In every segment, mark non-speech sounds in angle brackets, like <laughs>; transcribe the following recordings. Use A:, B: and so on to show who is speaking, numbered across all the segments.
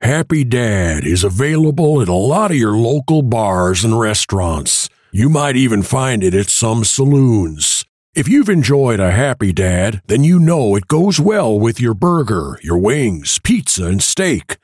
A: Happy Dad is available at a lot of your local bars and restaurants. You might even find it at some saloons. If you've enjoyed a Happy Dad, then you know it goes well with your burger, your wings, pizza, and steak.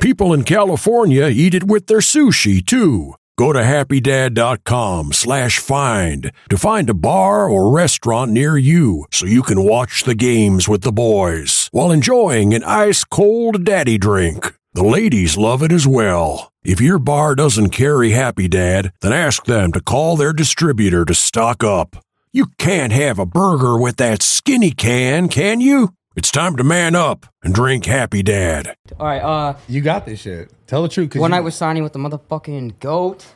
A: People in California eat it with their sushi too. Go to happydad.com slash find to find a bar or restaurant near you so you can watch the games with the boys while enjoying an ice cold daddy drink. The ladies love it as well. If your bar doesn't carry Happy Dad, then ask them to call their distributor to stock up. You can't have a burger with that skinny can, can you? It's time to man up and drink Happy Dad.
B: All right. Uh,
C: You got this shit. Tell the truth. 'cause
B: one
C: you-
B: night was signing with the motherfucking goat,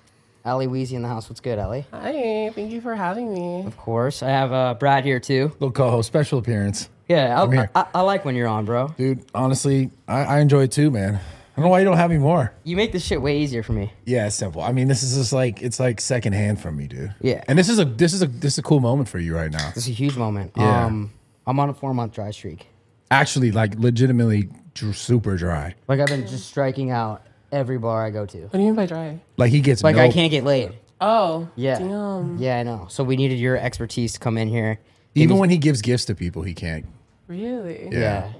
B: Ali Weezy in the house. What's good, Ali?
D: Hi, thank you for having me.
B: Of course. I have uh, Brad here too.
C: little co-host special appearance,
B: Yeah, I,
C: here.
B: I, I, I like when you're on, bro.
C: dude. Honestly, I, I enjoy it too, man. I don't know why you don't have me more.
B: You make this shit way easier for me.
C: Yeah, it's simple. I mean, this is just like it's like secondhand from me, dude.
B: Yeah.
C: And this is a this is a this is a cool moment for you right now.
B: This is a huge moment.
C: Yeah.
B: Um, I'm on a four month dry streak.
C: Actually, like legitimately dr- super dry.
B: Like I've been just striking out every bar I go to.
D: What do you mean by dry?
C: Like he gets
B: Like I
C: no-
B: can't get laid.
D: Oh,
B: Yeah.
D: Damn,
B: Yeah, I know. So we needed your expertise to come in here.
C: even when he gives gifts to people, he can't.
D: really?
B: Yeah.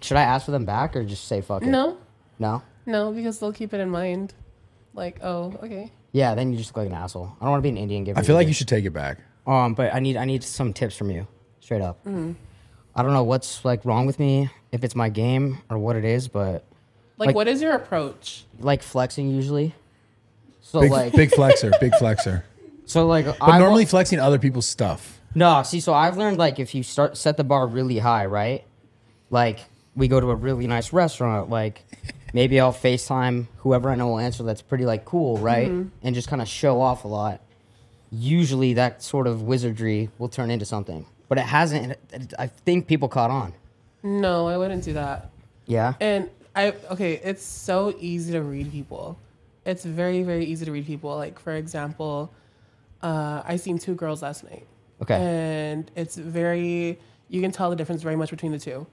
B: Should I ask for them back or just say fuck it?
D: Hmm. No,
B: No?
D: no, because they'll keep it in mind. Like, oh, okay.
B: Yeah, then you just look like an asshole. I don't want to be an Indian giver.
C: I feel like
B: either.
C: you should take it back.
B: Um, but I need I need some tips from you, straight up. I don't know what's like wrong with me, if it's my game or what it is, but
D: Like,
B: Like-
D: what is your approach?
B: like flexing usually. So
C: Big,
B: like
C: big flexer, big flexer.
B: <laughs> so like
C: But
B: I
C: normally flexing other people's stuff.
B: No, see, so I've learned like if you start set the bar really high, right? Like we go to a really nice restaurant, like maybe I'll FaceTime whoever I know will answer that's pretty like cool, right? And just kind of show off a lot. Usually that sort of wizardry will turn into something. But it hasn't and it- I think people caught on.
D: No, I wouldn't do that.
B: Yeah.
D: And I okay, it's so easy to read people. It's very very easy to read people. Like for example, uh, I seen two girls last night.
B: Okay.
D: And it's very you can tell the difference very much between the two.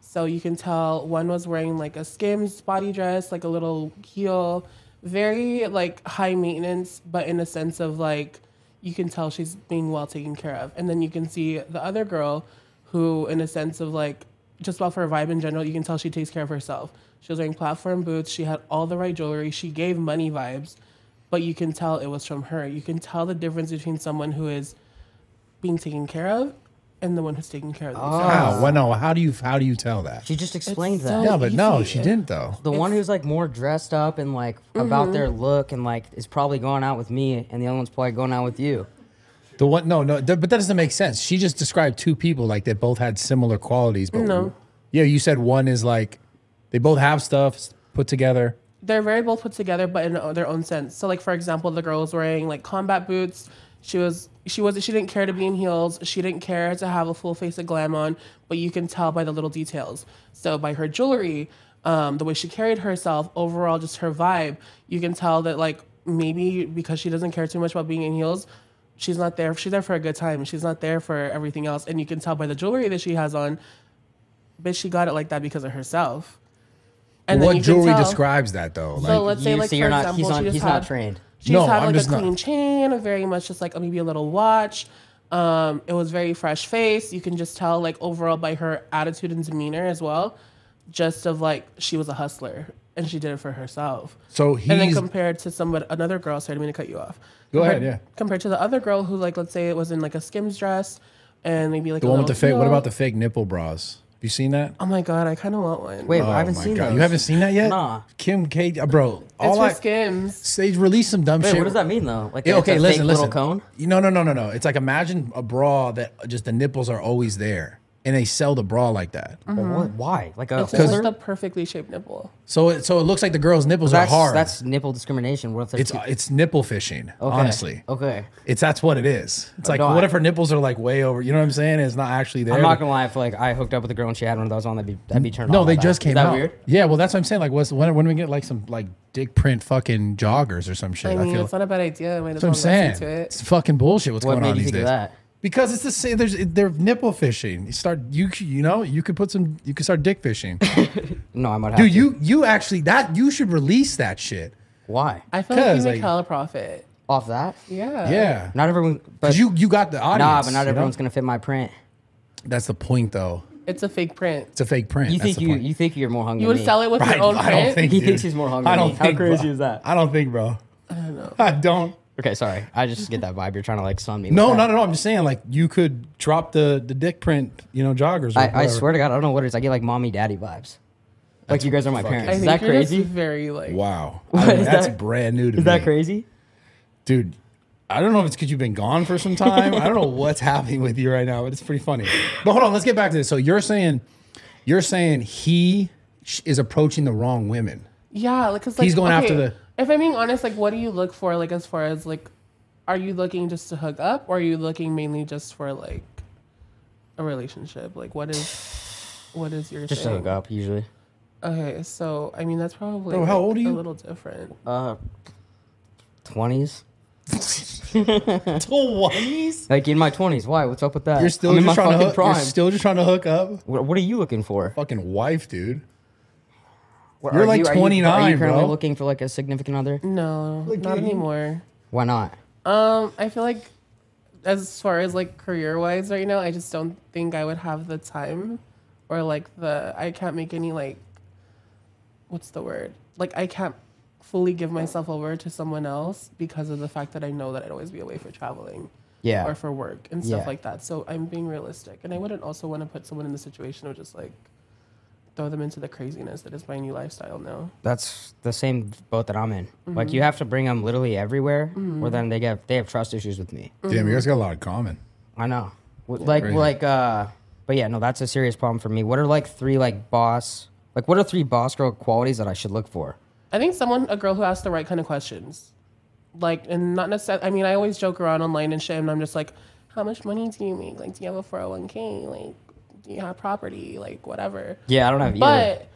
D: So you can tell one was wearing like a skims body dress, like a little heel, very like high maintenance, but in a sense of like you can tell she's being well taken care of. And then you can see the other girl who in a sense of like just off her vibe in general, you can tell she takes care of herself. She was wearing platform boots, she had all the right jewelry, she gave money vibes, but you can tell it was from her. You can tell the difference between someone who is being taken care of and the one who's taking care of themselves.
C: How? Well, no. How do you how do you tell that?
B: Uh. She just explained that.
D: so-
C: Yeah, but no,
D: easy.
C: she didn't though.
B: the one who's like more dressed up and like
D: Mm-hmm.
B: about their look and like is probably going out with me and the other one's probably going out with you.
C: The one, no, no, th- but that doesn't make sense. She just described two people like that both had similar qualities. But
D: No.
C: yeah, you said one is like they both have stuff s- put together.
D: They're very well put together, but in their own sense. So, like for example, the girl was wearing like combat boots. She was she was she didn't care to be in heels. She didn't care to have a full face of glam on, but you can tell by the little details. So by her jewelry, um, the way she carried herself, overall just her vibe, you can tell that like maybe because she doesn't care too much about being in heels, she's not there. She's there for a good time. She's not there for everything else, and you can tell by the jewelry that she has on. But she got it like that because of herself. then
C: what
D: you can
C: jewelry
D: tell-
C: describes that though?
D: so
C: like,
D: let's say
B: You-
D: like
B: so
D: for
B: you're not-
D: example,
B: he's on-
D: she just
B: he's
D: had,
B: not trained.
D: She
C: No,
D: just had
C: I'm
D: like
C: just
D: a
C: not.
D: clean chain, a very much just like a- maybe a little watch. Um, it was very fresh face. You can just tell like overall by her attitude and demeanor as well, just of like she was a hustler and she did it for herself.
C: so
D: and then
C: he's
D: compared to someone another girl, sorry, I didn't mean to cut you off.
C: Go ahead,
D: Compared-
C: yeah.
D: Compared to the other girl who like let's say it was in like a skims dress and maybe like
C: the
D: a
C: one with the
D: little
C: fake. What
D: heel.
C: about the fake nipple bras? Have you seen that?
D: Oh my god, I kind of want one.
B: Wait,
C: Oh
B: I haven't
C: my
B: seen
C: God.
B: those.
C: You haven't seen that yet?
B: Nah.
C: Kim K, uh, bro.
D: it's
C: All
D: for
C: I
D: skims.
C: they released some dumb
B: Wait,
C: shit.
B: what does that mean though? Like
C: Yeah,
B: it's a
C: okay,
B: fake
C: listen,
B: little
C: listen.
B: cone.
C: You- No, no, no, no, no. It's like imagine a bra that just the nipples are always there, and they sell the bra like that.
B: But what? Why? Like a
D: It's just
B: holder?
D: like the perfectly shaped nipple.
C: So it so it looks like the girl's nipples
B: That's
C: are hard.
B: that's nipple discrimination. What if they're
C: It's
B: too-
C: it's nipple fishing,
B: Okay,
C: honestly.
B: Okay.
C: It's that's what it is. It's like
B: No,
C: what
B: I-
C: if her nipples are like way over? You know what I'm saying? It's not actually there.
B: I'm not gonna lie. If like I hooked up with a girl and she had one of those on, that'd be that'd be turned
C: no,
B: off
C: they
B: by
C: just
B: that.
C: came
B: Is that
C: out.
B: weird?
C: Yeah, well, that's what I'm saying. Like, what's, when when do we get like some like dick print fucking joggers or some shit?
D: I
C: I,
D: mean,
C: feel
D: it's not a bad idea. I might as
C: that's what I'm
D: well
C: saying.
D: listen to it.
C: It's fucking bullshit. What's
B: What
C: going
B: made
C: on
B: you
C: these
B: think of
C: days?
B: that?
C: Because it's the same. There's they're nipple fishing. You start you c- you know you could put some you could start dick
B: <laughs>
C: fishing,
B: No, I might have
C: dude.
B: to.
C: You you actually that you should release that shit.
B: Why?
D: I feel like you
C: 'Cause,
D: make
C: like-
D: hella profit.
B: Off that?
D: Yeah.
C: Yeah,
B: Uh, Not everyone. But
C: 'Cause you you got the audience.
B: nah, but
C: you
B: not
C: know?
B: everyone's gonna fit my print.
C: That's the point though.
D: It's a fake print.
C: It's a fake print.
B: You
C: That's
B: think
C: the
B: you
C: point.
B: you think you're more hungry?
D: You would sell it with
C: Right,
D: your
C: <laughs>
D: own
C: I don't
D: print.
C: think
B: He
C: dude.
B: thinks he's more hungry
C: I
B: than
C: don't
B: me. How
C: think,
B: crazy
C: bro.
B: is that?
C: I don't think, bro. I don't know. I don't.
B: Okay, sorry. I just get that vibe. You're trying to like sun me.
C: No,
B: with that.
C: not at all. I'm just saying, like, you could drop the the dick print, you know, joggers. Or
B: I, I
C: whatever.
B: swear to God, I don't know what it is. I get like mommy daddy vibes. Like you guys are my
D: I
B: parents. Is
D: think
B: that
D: you're just
B: crazy?
D: very
B: <laughs>
D: like.
C: Wow, I mean,
B: is
C: that's
B: that?
C: brand new to
B: Is
C: me,
B: that crazy?
C: dude. I don't know if it's because you've been gone for some time. I don't know what's happening with you right now, but it's pretty funny. But hold on, let's get back to this. So you're saying, you're saying he sh- is approaching the wrong women.
D: Yeah, like because like
C: He's going after the-
D: If I'm being honest, like, what do you look for? Like, as far as like, are you looking just to hook up, or are you looking mainly just for like a relationship? Like, what is what is your
B: Just to
D: thing?
B: hook up usually.
D: Okay, so I mean that's probably
C: Bro, how
D: like,
C: old are you?
D: A little different.
B: Uh, twenties.
C: Twenties.
B: Like in my twenties. Why? What's up with that?
C: You're still
B: I'm in my
C: just trying to
B: fucking
C: hook.
B: prime.
C: You're still just trying to hook up.
B: what, what are you looking for?
C: Fucking wife, dude.
B: What-
C: You're
B: are
C: like
B: you- are you- Are
C: 29,
B: you currently
C: bro.
B: looking for like a significant other?
D: No, not
C: dude, you-
D: anymore.
B: Why not?
D: Um, I feel like as far as like career wise right now, I just don't think I would have the time or like the I can't make any like what's the word? Like I can't fully give myself over to someone else because of the fact that I know that I'd always be away for traveling.
B: Yeah.
D: Or for work and stuff
B: Yeah.
D: like that. So I'm being realistic. And I wouldn't also want to put someone in the situation of just like throw them into the craziness that is my new lifestyle now.
B: That's the same boat that I'm in. Like you have to bring them literally everywhere, or then they get they have trust issues with me.
C: Damn,
D: Mm-hmm.
C: you guys got a lot in common.
B: I know. W like like uh but yeah, no, that's a serious problem for me. What are like three like boss like what are three boss girl qualities that I should look for?
D: I think someone, a girl who asks the right kind of questions, like, and not necessarily. I mean, I always joke around online and shit, and I'm just like, how much money do you make? Like, do you have a 401k? Like, do you have property? Like, whatever.
B: Yeah, I don't have either.
D: But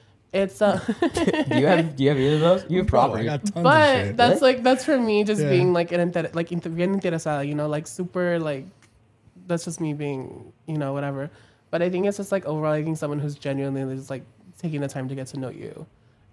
C: <laughs>
D: it's uh,
B: do you have do you have either of those? You have property.
C: Bro, I got tons of
D: but
C: shit.
D: that's like that's for me just being like an inter- like inter- bien interesada, you know, like super like that's just me being you know whatever. But I think it's just like overall, I think someone who's genuinely just like taking the time to get to know you,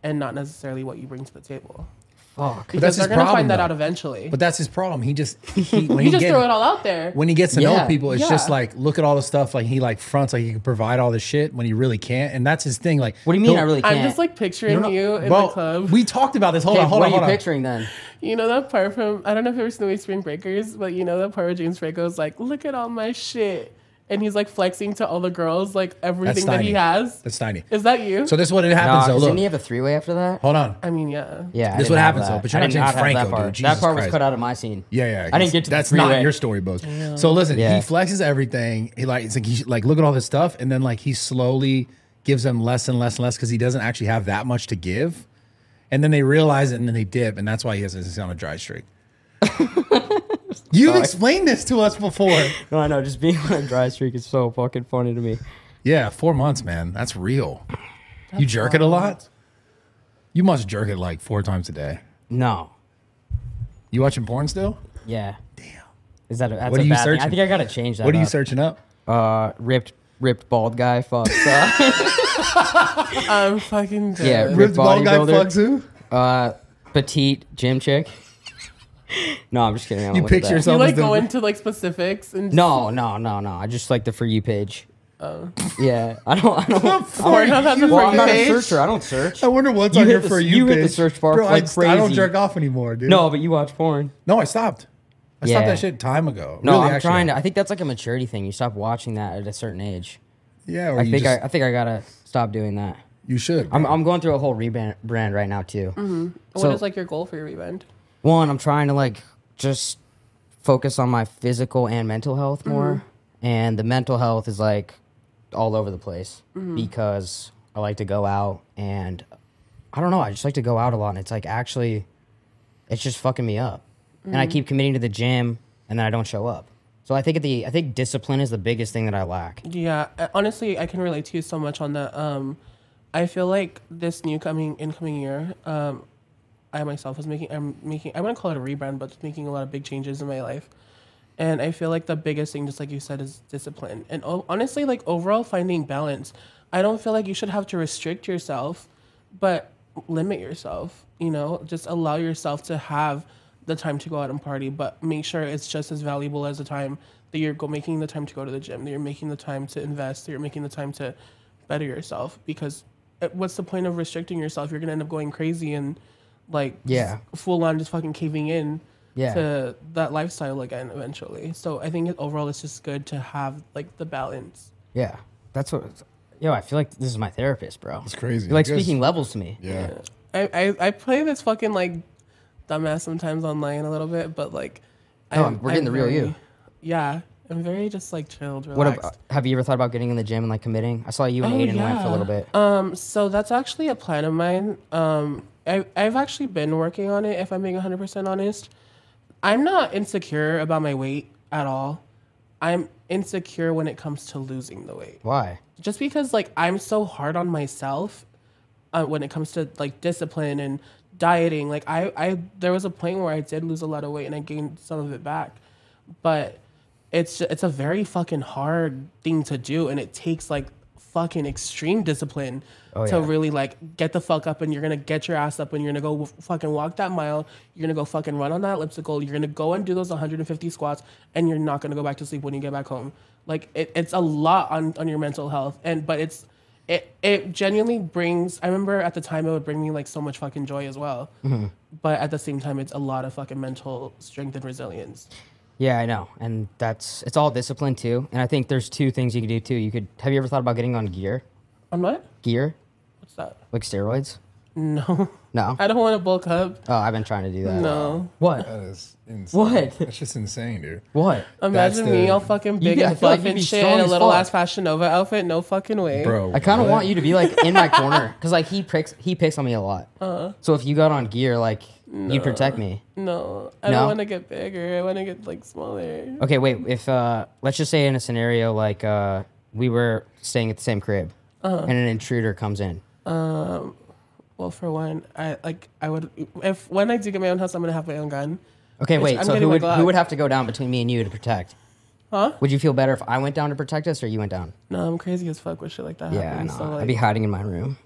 D: and not necessarily what you bring to the table.
B: Fuck.
C: that's
D: Because they're
C: his
D: gonna
C: problem,
D: find that
C: though.
D: out eventually.
C: But that's his problem. He
D: <laughs>
C: just he, when
D: you
C: he
D: just
C: get-
D: throw it all out there.
C: when he gets to know
B: Yeah.
C: people, it's just
D: Yeah.
C: like look at all the stuff. Like he like fronts like he can provide all this shit when he really can't, and that's his thing. Like
B: What do you mean
C: he'll-
B: I really can't?
D: I'm just like picturing
C: you
D: you,
C: know,
D: in
C: bro,
D: the club.
C: We talked about this. Hold
B: Okay,
C: on, hold
B: what
C: on,
B: are you
C: hold on.
B: picturing then?
D: you know that part from I don't know if you ever seen the movie Spring Breakers, but you know that part where James Franco's like, look at all my shit, and he's like flexing to all the girls like everything that
C: tiny.
D: he has.
C: That's tiny.
D: Is that you?
C: So this is what it
B: Nah,
C: happens though.
B: 'cause
C: Look,
B: didn't he have a three way after that?
C: hold on.
D: I mean, yeah.
B: Yeah. I
C: This
B: didn't
C: what
B: have
C: happens,
B: that.
C: though, but you're
B: I
C: not
B: did
C: James
B: have
C: Franco,
B: that part.
C: dude.
B: That
C: Jesus
B: part was
C: Christ.
B: cut out of my scene.
C: Yeah, yeah.
B: I didn't get to the
C: That's
B: three-way.
C: not your story, Bose. So listen,
B: Yeah.
C: he flexes everything. He like, it's like he like look at all this stuff, and then like he slowly gives them less and less and less because he doesn't actually have that much to give. And then they realize it, and then they dip, and that's why he has he's on a
B: <laughs>
C: dry streak. You've explained this to us before.
B: No, <laughs> I know. Just being on a dry streak is so fucking funny to me.
C: Yeah, four months, man. That's real. you jerk it a lot. You must jerk it like four times a day.
B: No.
C: You watching porn still?
B: Yeah. Damn. Is that a, that's
C: What
B: a
C: are you
B: bad thing? I
C: searching?
B: think I gotta change that.
C: What are you
B: up.
C: searching up?
B: Uh, ripped, ripped bald guy fucks.
C: <laughs>
B: Uh,
D: I'm fucking dead.
B: yeah,
C: Ripped
B: ripped
C: bald guy
B: bodybuilder.
C: fucks who?
B: uh, petite gym chick. no, I'm just kidding. I don't
C: You
B: look at
C: picture
B: that.
D: You
C: yourself as
D: like
C: the-
D: go into like specifics and
B: No, no, no, no. I just like the for you page. Oh. Yeah, I don't. I
C: <laughs>
B: don't.
D: Pornhub has a
B: well,
D: for
B: I'm
D: you
B: not
D: page.
B: a searcher. I don't search.
C: I wonder what's
B: You
C: on
B: hit
C: your
B: the-
C: for you.
B: you hit the
C: page.
B: search bar
C: Bro, I,
B: like
C: I don't
B: crazy.
C: jerk off anymore, dude.
B: No, but you watch porn.
C: no, I stopped. I stopped
B: Yeah.
C: that shit time ago.
B: No,
C: Really,
B: I'm
C: actually.
B: trying to. I think that's like a maturity thing. You stop watching that at a certain age.
C: Yeah, or
B: I
C: you
B: think
C: just,
B: I, I think I gotta stop doing that.
C: you should.
B: I'm, I'm going through a whole rebrand brand right now too.
D: Mm-hmm. What
B: So-
D: is, like your goal for your rebound?
B: one i'm trying to like just focus on my physical and mental health more and the mental health is like all over the place because i like to go out and i don't know i just like to go out a lot and it's like actually it's just fucking me up and i keep committing to the gym and then i don't show up so i think the i think discipline is the biggest thing that i lack
D: Yeah, I- honestly, I can relate to you so much on that. Um, I feel like this new coming incoming year, um, I myself was making. I'm making. I wouldn't call it a rebrand, but just making a lot of big changes in my life, And I feel like the biggest thing, just like you said, is discipline. And o- honestly, like overall finding balance. I don't feel like you should have to restrict yourself, but limit yourself. You know, just allow yourself to have the time to go out and party, but make sure it's just as valuable as the time that you're go- making the time to go to the gym, that you're making the time to invest, that you're making the time to better yourself. Because uh, what's the point of restricting yourself? You're gonna end up going crazy and like
B: Yeah.
D: full on just fucking caving in
B: Yeah.
D: to that lifestyle again eventually. So I think overall it's just good to have like the balance.
B: Yeah, that's what. Yo, I feel like this is my therapist, bro. It's
E: crazy.
B: You're like
E: You guys-
B: speaking levels to me.
E: Yeah.
D: I, I, I play this fucking like dumbass sometimes online a little bit, but like
B: No, we're getting the real you.
D: very- Yeah. I'm very just like chilled,
B: What
D: relaxed.
B: ab- have you ever thought about getting in the gym and like committing? I saw you and
D: Oh,
B: Aiden went for a
D: yeah.
B: little bit.
D: Um, so that's actually a plan of mine. Um, I, I've actually been working on it, if I'm being 100% honest. I'm not insecure about my weight at all. I'm insecure when it comes to losing the weight
B: Why?
D: just because like I'm so hard on myself uh, when it comes to like discipline and dieting. Like I, I there was a point where I did lose a lot of weight and I gained some of it back, but it's it's a very fucking hard thing to do and it takes like fucking extreme discipline to
B: yeah.
D: really like get the fuck up and you're gonna get your ass up and you're gonna go w- fucking walk that mile you're gonna go fucking run on that elliptical you're gonna go and do those 150 squats and you're not gonna go back to sleep when you get back home like it, it's a lot on, on your mental health and but it's it, it genuinely brings i remember at the time it would bring me like so much fucking joy as well
B: Mm-hmm.
D: but at the same time it's a lot of fucking mental strength and resilience
B: Yeah, I know, and that's it's all discipline too. And I think there's two things you could do too. You could have you ever thought about getting on gear?
D: on what
B: Gear
D: what's that
B: like steroids?
D: no
B: No.
D: i don't want to bulk up
B: Oh, I've been trying to do that.
D: no
B: What?
C: That is insane.
B: What?
C: That's just insane, dude.
B: What?
D: Imagine
C: That's
D: me
C: the-
D: all fucking big
B: get- I
D: and
B: feel like
D: buff
B: you'd
D: and
B: be
D: shit
B: strong
D: in a
B: as
D: little
B: fuck.
D: ass Fashion Nova outfit. No fucking way.
C: Bro.
B: I kind of
C: what?
B: want you to be like in my
D: <laughs>
B: corner because like he picks he picks on me a lot.
D: Uh-huh.
B: So if you got on gear, like you protect me.
D: No. I
B: No?
D: don't want to get bigger. I want to get like smaller.
B: Okay, wait. If uh, let's just say in a scenario like uh, we were staying at the same crib
D: Uh-huh.
B: and an intruder comes in.
D: Well, for one, I like I would if when I do get my own house, I'm gonna have my own gun.
B: Okay,
D: Bitch,
B: wait.
D: I'm
B: so who
D: getting my
B: would who
D: Glock.
B: would have to go down between me and you to protect?
D: Huh?
B: Would you feel better if I went down to protect us or you went down?
D: No, I'm crazy as fuck with shit like that.
B: Yeah, I
D: happens.
B: know.
D: So, like,
B: I'd be hiding in my room.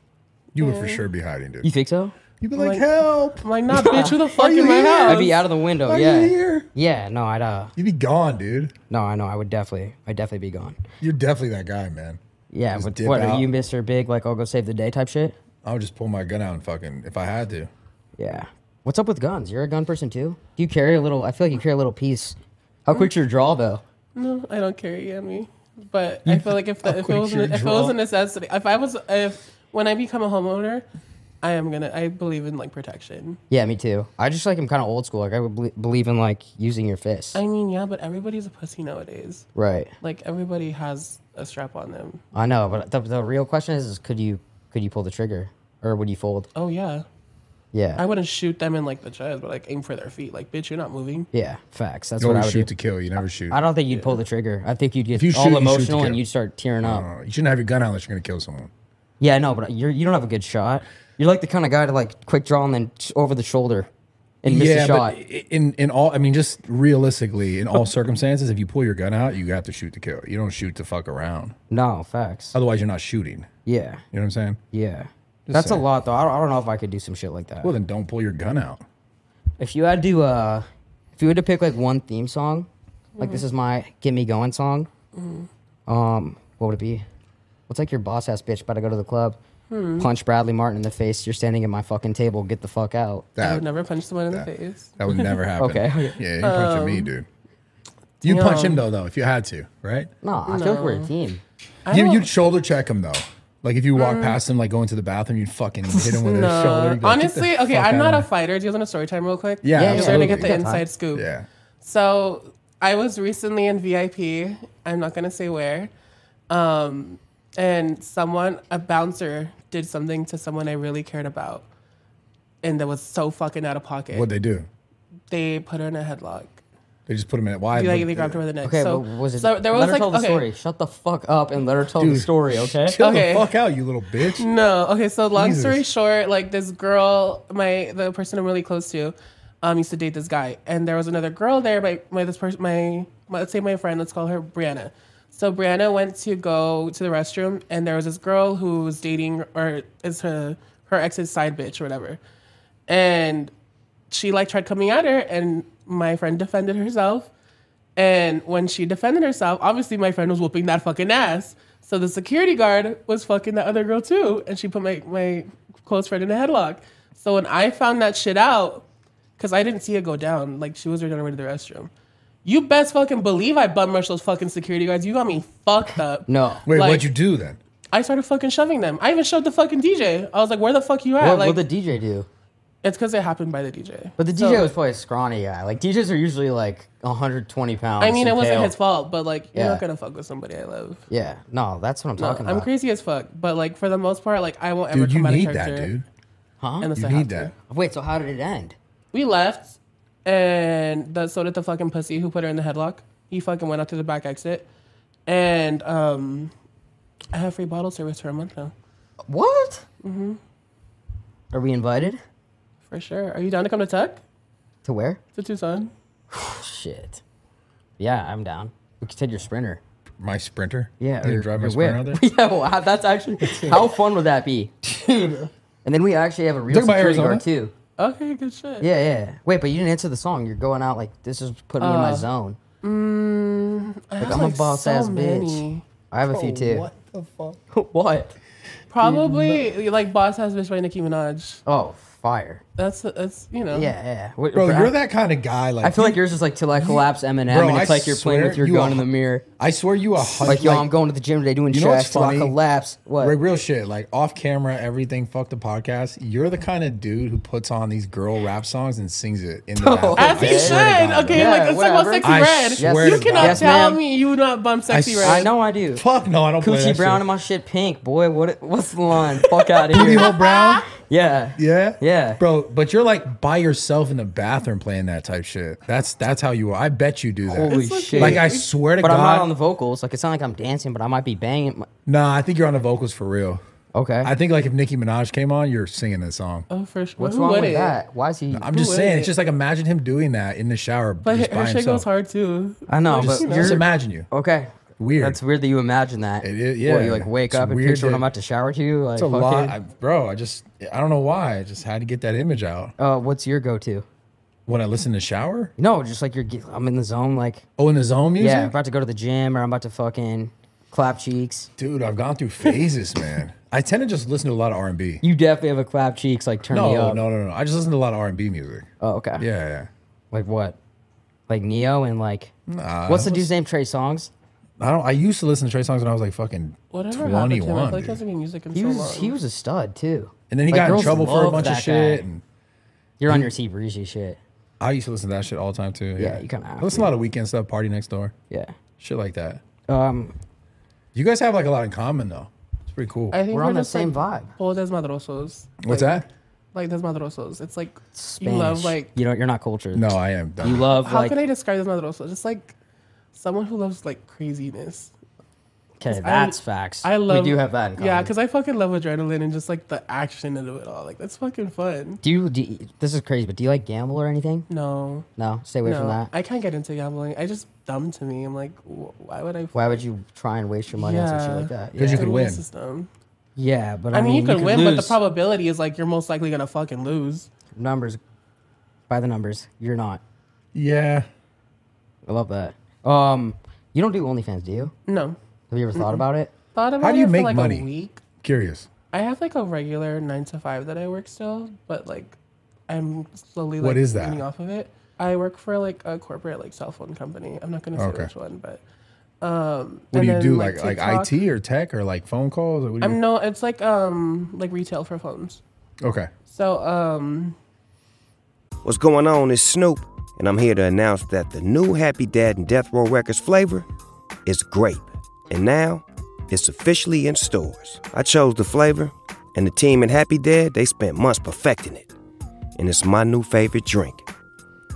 C: You would for sure be hiding,
B: You
C: dude.
B: think so?
C: You'd be like,
D: like-
C: help.
B: <laughs>
D: I'm like, nah, bitch, who the fuck
C: you
D: in my
C: here?
D: house?
B: I'd be out of the window.
C: Are
B: yeah.
C: you here?
B: Yeah. No, I'd uh.
C: You'd be gone, dude.
B: No, I know. I would definitely. I'd definitely be gone.
C: You're definitely that guy, man.
B: Yeah.
C: Just
B: But
C: dip
B: what
C: out.
B: are you, Mister Big? Like I'll go save the day type shit.
C: I would just pull my gun out and fucking if I had to.
B: Yeah. What's up with guns? You're a gun person too. Do you carry a little? I feel like you carry a little piece. How quick's your draw though?
D: No, I don't carry it on me. But I feel like if the, if it
C: quick
D: was
C: your
D: an, if it
C: draw.
D: was a necessity, if I was if when I become a homeowner, I am gonna I believe in like protection.
B: Yeah, me too. I just like I'm kind of old school. Like I would ble- believe in like using your fist.
D: I mean, yeah, but everybody's a pussy nowadays.
B: right.
D: Like everybody has a strap on them.
B: I know, but the, the real question is, is could you could you pull the trigger or would you fold?
D: Oh yeah,
B: Yeah.
D: I wouldn't shoot them in like the chest, but like aim for their feet. Like, bitch, you're not moving.
B: yeah. Facts. That's
C: You
B: what I
C: always
B: would
C: shoot
B: do.
C: to kill. You never shoot.
B: I don't think you'd pull the trigger. I think you'd get
C: you
B: all
C: shoot, you shoot
B: emotional and
C: to kill.
B: you'd start tearing up.
C: Uh, you shouldn't have your gun out unless you're gonna kill someone.
B: Yeah, I know, but you're you don't have a good shot. You're like the kind of guy to like quick draw and then sh- over the shoulder and miss the shot.
C: but i- in in all, I mean, just realistically,
B: <laughs>
C: in all circumstances, if you pull your gun out, you have to shoot to kill. You don't shoot to fuck around.
B: no, facts.
C: Otherwise, you're not shooting.
B: Yeah.
C: You know what I'm saying?
B: Yeah. That's a
C: saying.
B: lot though. I don't, I don't know if I could do some shit like that.
C: Well, then don't pull your gun out.
B: If you had to, uh, if you had to pick like one theme song, like
D: Mm.
B: this is my get me going song, um, what would it be? What's like your boss ass bitch about to go to the club,
D: Hmm.
B: punch Bradley Martin in the face? You're standing at my fucking table. Get the fuck out.
D: I
C: That
D: would never punch someone in
C: that-
D: the face.
C: that would never happen.
B: Okay.
C: Yeah, you punch at me,
D: Um,
C: dude. You punch him though, though, if you had to, right?
B: No, I feel like we're a team.
C: You,
D: don't- Um,
C: you'd shoulder check him though. Like if you walk past him, like going to the bathroom, you'd fucking hit
D: <laughs>
C: him with his shoulder. You'd be like, "Get the
D: Honestly, okay,
C: fuck
D: I'm
C: outta
D: not a
C: here."
D: fighter. Do you guys want a story time real quick?
C: Yeah,
B: Yeah,
D: I'm sure to
C: absolutely.
D: get
B: We
D: the
B: got time.
D: inside scoop.
C: yeah.
D: So I was recently in VIP. I'm not gonna say where, um, and someone, a bouncer, did something to someone I really cared about, and that was so fucking out of pocket.
C: What'd they do?
D: They put her in a headlock.
C: They just put him in it. Why?
D: They, like,
C: would-
D: they grabbed her by the neck.
B: Okay,
D: so,
B: but was it?
D: so there was
B: let her
D: like
B: tell the
D: okay,
B: story. Shut the fuck up and let her tell the
C: Dude.
B: story. Okay.
C: <laughs> Chill
D: Okay. Mm,
C: the fuck out, you little bitch.
D: No. Okay. So long
C: Jesus.
D: story short, like this girl, my the person I'm really close to, um, used to date this guy, and there was another girl there. My my this person my, my let's say my friend, let's call her Brianna. So Brianna went to go to the restroom, and there was this girl who was dating or is her her ex's side bitch or whatever, and she like tried coming at her, and my friend defended herself. And when she defended herself, obviously my friend was whooping that fucking ass. So the security guard was fucking that other girl too. And she put my, my close friend in a headlock. So when I found that shit out, because I didn't see it go down, like she was already on her way to the restroom. You best fucking believe I bum rushed those fucking security guards. You got me fucked up.
B: No.
C: Wait,
D: Like,
C: what'd you do then?
D: I started fucking shoving them. I even shoved the fucking DJ. I was like, where the fuck you at?
B: What
D: like,
B: will the DJ do?
D: it's because it happened by the DJ.
B: But the
D: So-
B: DJ was probably a scrawny guy. Like DJs are usually like 120 pounds.
D: I mean, it
B: and
D: wasn't
B: pale.
D: his fault, but like, you're
B: Yeah.
D: not gonna fuck with somebody I love.
B: Yeah. No, that's what I'm talking
D: I'm
B: about.
D: crazy as fuck, but like for the most part, like I won't ever
C: Dude, you
D: come out of
C: need
D: character.
C: that, dude.
B: huh?
D: Unless I
C: You
D: have
C: need
D: to.
C: that.
B: Wait. So how did it end?
D: We left, and that so did the fucking pussy who put her in the headlock. He fucking went out to the back exit, and um, I have free bottle service for a month now,
B: What? Mm-hmm. Are we invited?
D: for sure. Are you down to come to Tuck
B: To where?
D: to Tucson? <laughs>
B: Shit. Yeah, I'm down. We could take your sprinter.
C: My sprinter.
B: Yeah,
C: You
B: or-
C: didn't drive my
B: or
C: sprinter
B: whip.
C: out there.
B: yeah, wow, that's
C: <laughs>
B: actually how fun would that be? and then we actually have a real
C: Talking about
B: security guard
C: Arizona?
B: too.
D: Okay, good shit.
B: Yeah, yeah. Wait, but you didn't answer the song. You're going out like this is putting me in my
D: Uh,
B: zone.
D: I
B: Like
D: have,
B: I'm a
D: like,
B: boss
D: so
B: ass bitch.
D: many.
B: I have a few too.
C: Oh, What the
B: <laughs>
C: fuck?
B: what?
D: Probably like boss ass bitch by Nicki Minaj.
B: Oh, fire.
D: That's that's you know.
B: Yeah, yeah. Wait,
C: Um, Bro,
B: but I,
C: you're that kind of guy. Like,
B: I feel like yours is like till I collapse Eminem,
C: Bro,
B: and it's
C: I
B: like you're playing with
C: swear
B: your
C: you
B: gun
C: are-
B: in the mirror.
C: I swear you a hundred.
B: Like, yo, I'm going to the gym today doing
C: You know what's
B: trash till I
C: funny?
B: collapse. What?
C: Re- real shit, like off camera, everything. Fuck the podcast. You're the kind of dude who puts on these girl rap songs and sings it in the bathroom.
D: As he
C: I
D: should.
C: swear to God,
D: okay,
C: bro.
B: Yeah,
D: like let's talk about
B: whatever.
D: sexy
C: I
D: red.
C: swear
D: you
C: to
D: cannot
C: God.
B: Yes,
D: tell
B: ma'am.
D: me you not bump sexy
C: s-
D: red.
B: I know I do.
C: Fuck no, I don't. play
B: Coochie
C: that
B: brown
C: shit.
B: and my shit pink, boy. What? What's the line? Fuck out
C: <laughs>
B: of
C: Booty hole
B: here.
C: brown.
B: Yeah.
C: Yeah.
B: Yeah.
C: Bro, but you're like by yourself in the bathroom playing that type shit. That's that's how you are. I bet you do that.
B: Holy
D: It's like-
B: shit.
C: like I swear to
B: but
C: God.
B: I'm not on the vocals. Like it's not like I'm dancing, but I might be banging. My-
C: nah, I think you're on the vocals for real.
B: okay.
C: I think like if Nicki Minaj came on, you're singing this song.
D: Oh, for sure.
B: What's
D: Who
B: wrong with
D: wouldn't?
B: that? Why is he?
C: I'm just
D: who
C: saying,
D: is
C: it's
D: it?
C: just like imagine him doing that in the shower
D: But
C: just
D: her,
C: by
D: her shit goes
C: himself.
D: hard too.
B: I know,
C: Just,
B: but
C: just
B: you're
C: imagine you.
B: okay.
C: Weird.
B: That's weird that you imagine that.
C: It is-
B: What,
C: yeah.
B: you like wake
C: It's
B: up and
C: weird
B: picture what
C: that-
B: I'm about to shower to. Like
C: It's a
B: fucking-
C: lot, I- bro. I just I don't know why. I just had to get that image out
B: Uh, what's your go-to?
C: when I listen to shower.
B: No, just like you're. ge- I'm in the zone. Like
C: Oh, in his own music,
B: yeah, I'm about to go to the gym or I'm about to fucking clap cheeks.
C: dude. I've gone through phases, man. I tend to just listen to a lot of R and B.
B: You definitely have a clap cheeks. Like turn me
C: No,
B: up.
C: no, no, no. I just listen to a lot of R and B music.
B: Oh, okay.
C: Yeah, yeah.
B: Like what? Like Neo and like what's the dude's name? Trey Songs.
C: I don't. I used to listen to Trey songs when I was like fucking
D: Whatever happened to him? I
C: twenty-one,
D: feel like he
C: dude.
D: hasn't been music in
B: He
D: so
B: was
D: long.
B: he was a stud too.
C: and then he
B: Like,
C: got in
B: girls
C: trouble for a
B: love
C: bunch of
B: that
C: shit.
B: guy.
C: And
B: You're on your T breezy shit.
C: I used to listen to that shit all the time too. Yeah,
B: you kinda have
C: I listen to a lot of weekend stuff, party next door,
B: Yeah.
C: shit like that.
B: Um,
C: You guys have like a lot in common though. It's pretty cool.
D: I think
B: We're on the
D: just,
B: same
D: like,
B: vibe.
D: Whole desmadrosos.
C: What's
D: like,
C: that?
D: Like desmadrosos. It's like
B: Spanish.
D: you love like
B: you know you're not cultured.
C: No, I am. Done.
B: You love
D: how
B: like
D: can I describe desmadrosos? Just like someone who loves like craziness.
B: okay, that's facts.
D: I love.
B: We do have that. In common.
D: Yeah, because I fucking love adrenaline and just like the action of it all. Like that's fucking fun.
B: do you, do you- This is crazy, but do you like gamble or anything?
D: No,
B: No, stay away from
D: no,
B: that.
D: I can't get into gambling. I just dumb to me. I'm like, wh- why would I?
B: Why would you try and waste your money on some shit like that? Yeah,
C: you could
D: It's
C: win.
D: a System.
B: yeah but I,
D: I mean, you could win, but the
B: lose.
D: probability is like you're most likely gonna fucking lose.
B: numbers by the numbers. You're not.
C: yeah.
B: I love that. Um, you don't do OnlyFans, do you?
D: No.
B: Have you ever thought about it?
D: Thought about
C: How do you
D: it
C: make
D: for like
C: money?
D: a week.
C: Curious.
D: I have like a regular nine to five that I work still, but like I'm slowly like
C: What is that?
D: weaning off of it. I work for like a corporate like cell phone company. I'm not gonna say
C: Okay.
D: which one, but um
C: What do
D: and
C: you
D: then,
C: do? Like like,
D: TikTok.
C: IT or tech or like phone calls? Or what do you,
D: I'm no it's like um like retail for phones.
C: okay.
D: So um
F: What's going on? It's Snoop, and I'm here to announce that the new Happy Dad and Death Row Records flavor is grape. And now it's officially in stores. I chose the flavor, and the team at Happy Dad, they spent months perfecting it. And it's my new favorite drink.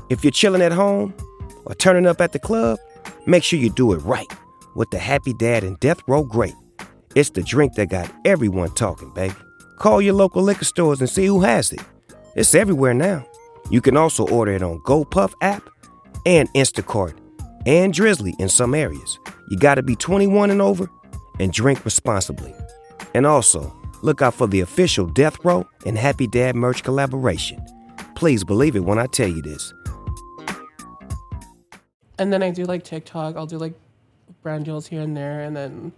F: If you're chilling at home or turning up at the club, make sure you do it right with the Happy Dad and Death Row Grape. It's the drink that got everyone talking, baby. Call your local liquor stores and see who has it. It's everywhere now. You can also order it on GoPuff app and Instacart and Drizzly in some areas. You gotta be 21 and over and drink responsibly. And also, look out for the official Death Row and Happy Dad merch collaboration. Please believe it when I tell you this.
D: And then I do like TikTok. I'll do like brand deals here and there, and then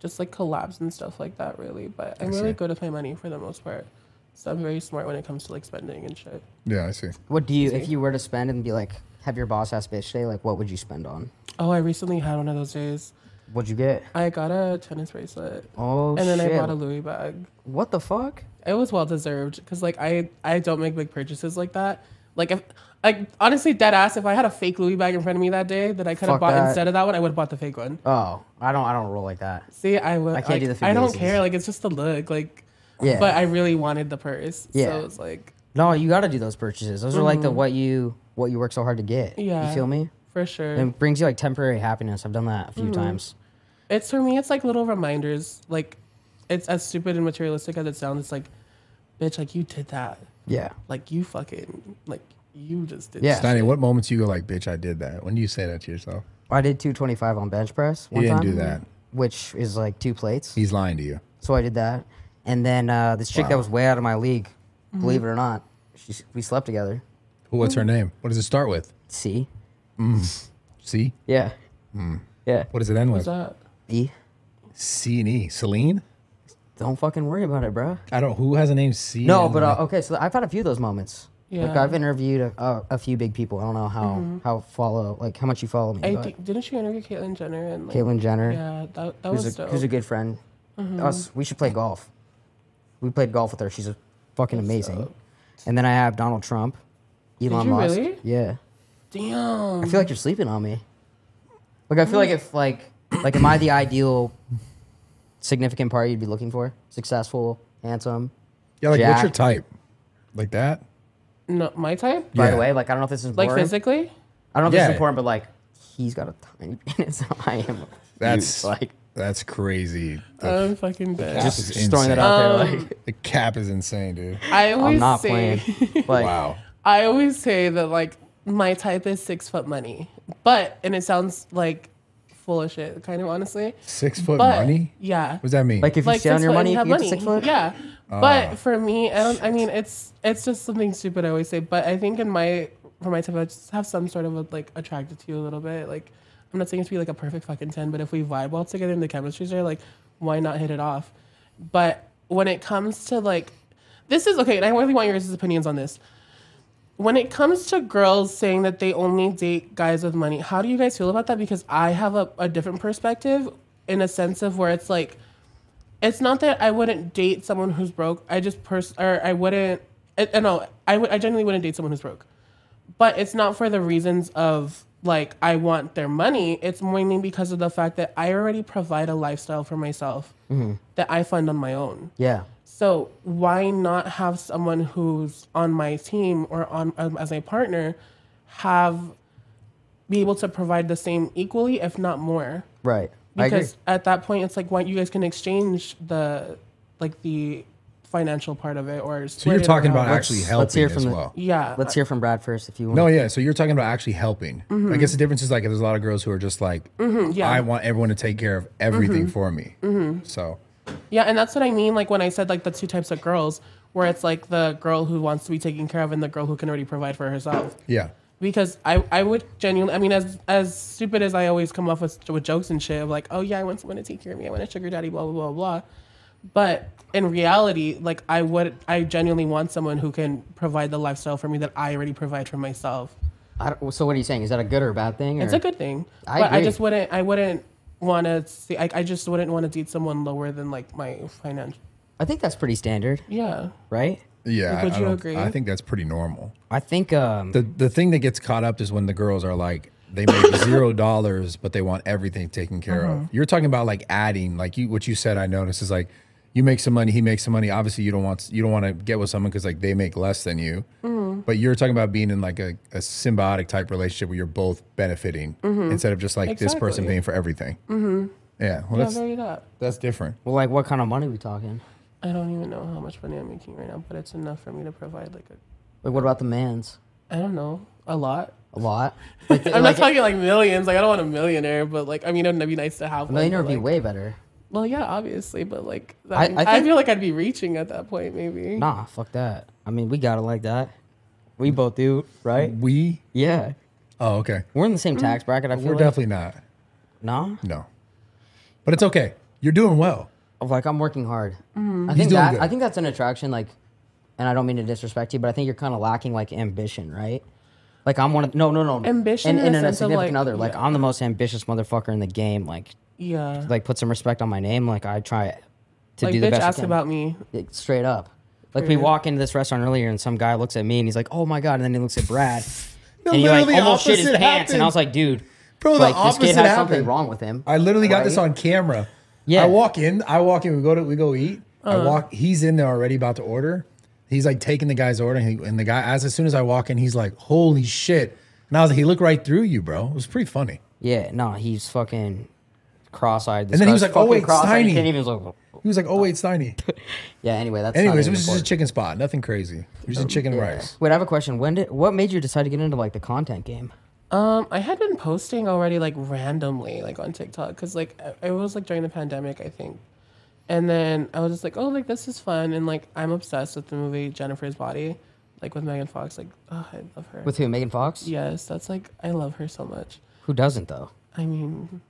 D: just like collabs and stuff like that. Really, but I'm really good with my money for the most part. So I'm very smart when it comes to like spending and shit.
C: Yeah, I see.
B: What do you, if you were to spend and be like, have your boss ass bitch today, like, what would you spend on?
D: Oh, I recently had one of those days.
B: What'd you get?
D: I got a tennis bracelet.
B: Oh,
D: and then I
B: shit.
D: bought a Louis bag.
B: What the fuck?
D: It was well deserved because like I I don't make big purchases like that. Like if like honestly dead ass if I had a fake Louis bag in front of me that day that I could
B: Fuck
D: have bought
B: that.
D: instead of that one I would have bought the fake one.
B: Oh, I don't, I don't roll like that.
D: See I would
B: I
D: I
B: can't do the fake
D: I don't
B: laces.
D: care like it's just the look like
B: Yeah.
D: But I really wanted the purse.
B: Yeah.
D: So it's like
B: No, you got to do those purchases. Those are like
C: Mm-hmm.
B: the what you, what you work so hard to get.
D: Yeah.
B: You feel me?
D: for sure.
B: It brings you like temporary happiness. I've done that a few
C: Mm-hmm.
B: times.
D: It's for me it's like little reminders like it's as stupid and materialistic as it sounds it's like bitch like you did that
B: Yeah.
D: like you fucking like you just did
B: Yeah.
C: Danny, what moments you go like, bitch, I did that? When do you say that to yourself?
B: I did 225 on bench press
C: You
B: one
C: didn't
B: time.
C: do that.
B: Which is like two plates.
C: He's lying to you.
B: So I did that. And then uh, this chick that was way out of my league,
C: Mm-hmm.
B: believe it or not, she, we slept together.
C: Well, what's her name? What does it start with?
B: C.
C: C?
B: Yeah. Yeah.
C: Hmm. What does it end with?
D: that.
B: E.
C: C and E. Celine?
B: Don't fucking worry about it, bro.
C: I don't. Who has a name C?
B: No,
C: and E?
B: but
C: like-
B: uh, okay. So I've had a few of those moments. Like
D: Yeah. Mm-hmm.
B: I've interviewed a, a, a few big people. I don't know how how follow like how much you follow me.
D: I
B: but
D: think didn't she interview Caitlyn Jenner and like
B: Caitlyn Jenner,
D: Yeah, that, that
B: who's
D: was
B: a,
D: dope. Mm-hmm.
B: who's a good friend. Us, we should play golf. We played golf with her. She's a fucking amazing. And then I have Donald Trump, Elon
D: you
B: Musk.
D: really?
B: Yeah.
D: Damn.
B: I feel like you're sleeping on me. Like I feel like if like like am I the ideal significant part you'd be looking for? Successful, handsome.
C: yeah, like what's your
B: Jack.
C: type? Like that?
D: No, my type?
B: By the
C: Yeah.
B: way, like I don't know if this is
D: Like
B: important.
D: physically?
B: I don't know if this
C: Yeah.
B: is important, but like he's got a tiny <laughs> penis. so I am.
C: That's
B: huge, like
C: that's crazy. The,
D: I'm fucking dead.
C: cap
B: just,
C: is
B: just throwing that
C: insane.
B: out there. Like
C: The cap is insane,
D: <laughs>
C: dude.
D: I always
B: I'm not
D: say,
B: playing. Like
C: Wow.
D: I always say that like my type is six foot money, but and it sounds like full of shit, kind of honestly.
C: Six foot
D: But
C: money?
D: yeah,
C: What does that mean?
B: like if you stay on
D: six
B: your
D: foot and
B: money,
D: you
B: you
D: have
B: get to six foot.
D: Yeah, but for me, I don't. I mean, it's it's just something stupid I always say. But I think in my for my type, I just have some sort of like attracted to you a little bit. Like I'm not saying it's be like a perfect fucking ten, but if we vibe well together and the chemistry's there, like why not hit it off? But when it comes to like, this is okay, and I really want your guys' opinions on this. When it comes to girls saying that they only date guys with money, how do you guys feel about that? Because I have a, a different perspective in a sense of where it's like, it's not that I wouldn't date someone who's broke. I just pers- or I wouldn't. I, I know I would. I genuinely wouldn't date someone who's broke, but it's not for the reasons of like I want their money. It's mainly because of the fact that I already provide a lifestyle for myself that I fund on my own.
B: Yeah.
D: So why not have someone who's on my team or on um, as a partner have be able to provide the same equally, if not more?
B: Right. I agree.
D: because at that point it's like why you guys can exchange the like the financial part of it or
C: so you're talking about actually helping
B: let's hear from
C: as
B: the-
C: well.
D: yeah
B: Let's hear from Brad first, if you want.
C: No, yeah. So you're talking about actually helping. I guess the difference is like there's a lot of girls who are just like,
D: Mm-hmm. yeah. Mm-hmm.
C: I want everyone to take care of everything for me. So
D: yeah and that's what i mean like when i said like the two types of girls where it's like the girl who wants to be taken care of and the girl who can already provide for herself
C: yeah,
D: because I, I would genuinely I mean as as stupid as I always come off with with jokes and shit of like oh yeah I want someone to take care of me I want a sugar daddy blah blah blah blah, but in reality like I would I genuinely want someone who can provide the lifestyle for me that I already provide for myself.
B: I don't, so what are you saying? Is that a good or a bad thing?
D: It's
B: or-
D: a good thing,
B: I
D: but I
B: agree.
D: just wouldn't I wouldn't want to see I, I just wouldn't want to date someone lower than like my financial
B: I think that's pretty standard,
D: yeah
B: right?
C: yeah.
D: would
C: I, I
D: you
C: don't-
D: agree?
C: I think that's pretty normal.
B: I think. Um.
C: The the thing that gets caught up is when the girls are like they
D: <coughs>
C: make zero dollars, but they want everything taken care
D: Uh-huh.
C: of. You're talking about like adding, like you what you said. I noticed is like you make some money, he makes some money. Obviously, you don't want you don't want to get with someone because like they make less than you.
D: Mm-hmm.
C: But you're talking about being in like a, a symbiotic type relationship where you're both benefiting instead of just like this person
D: Mm-hmm. Exactly. Mm-hmm.
C: paying for everything. Yeah, well,
D: yeah
C: that's
D: very that
C: that's different.
B: well, like, what kind of money we talking?
D: I don't even know how much money I'm making right now but it's enough for me to provide like a
B: Like, what about the man's?
D: I don't know. A lot.
B: A lot. Like,
D: I'm
B: like,
D: not talking like millions. Like I don't want a millionaire, but like I mean, it'd be nice to have.
B: a
D: <laughs> one,
B: millionaire
D: but,
B: would be
D: like-
B: way better.
D: Well, yeah, obviously, but like that,
B: I-
D: I,
B: I think-
D: feel like I'd be reaching at that point, maybe.
B: Nah, fuck that. I mean, we got it like that. We both do, right?
C: We?
B: Yeah.
C: Oh, okay.
B: We're in the same tax bracket. I feel
C: We're
B: like.
C: definitely not.
B: nah.
C: No. But it's okay. You're doing well.
B: Of, Like I'm working hard. I
C: Mm. He's
B: think
C: doing
B: that
C: good.
B: I think that's an attraction. Like, and I don't mean to disrespect you, but I think you're kind of lacking like ambition, right? Like I'm one of no no no and,
D: Ambition in
B: and
D: the
B: in a
D: sense of,
B: significant
D: like-
B: other. Like I'm the most ambitious motherfucker in the game. Like
D: Yeah. Like,
B: like put some respect on my name. Like I try to do the
D: bitch,
B: best. I
D: ask
B: can.
D: about me.
B: Like, straight up. Like we walk into this restaurant earlier, and some guy looks at me, and he's like, "Oh my god!" And then he looks at
C: <laughs>
B: Brad, and he like
C: literally
B: almost shit his
C: opposite
B: pants. And I
C: happened.
B: was like, "Dude,
C: Bro, the
B: like this kid
C: opposite
B: has something
C: happened.
B: wrong with him."
C: I literally got this
B: Right?
C: on camera.
B: Yeah.
C: I walk in. I walk in. We go to we go eat. I walk. He's in there already about to order. He's like taking the guy's order, and, he- and the guy as as soon as I walk in, he's like, "Holy shit!" And I was like, "He looked right through you, bro." It was pretty funny.
B: Yeah, no, he's fucking cross-eyed.
C: then he was
B: This guy's
C: like, "Oh,
B: fucking
C: wait, it's
B: cross-eyed. He
C: tiny."
B: can't even- he's like,
C: He was like, "Oh wait,
B: <laughs>
C: it's tiny."
B: yeah. Anyway, that's. not
C: Anyways,
B: even Oh,
C: it was just a
B: important.
C: chicken spot, nothing crazy. It was just a chicken rice.
B: Wait, I have a question. When did what made you decide to get into like the content game?
D: Um, I had been posting already like randomly, like on TikTok, because like I- it was like during the pandemic, I think. And then I was just like, oh, like this is fun, and like I'm obsessed with the movie Jennifer's Body, like with Megan Fox. Like, oh, I love her.
B: With who? Megan Fox?
D: yes, that's like I love her so much.
B: Who doesn't though?
D: I mean,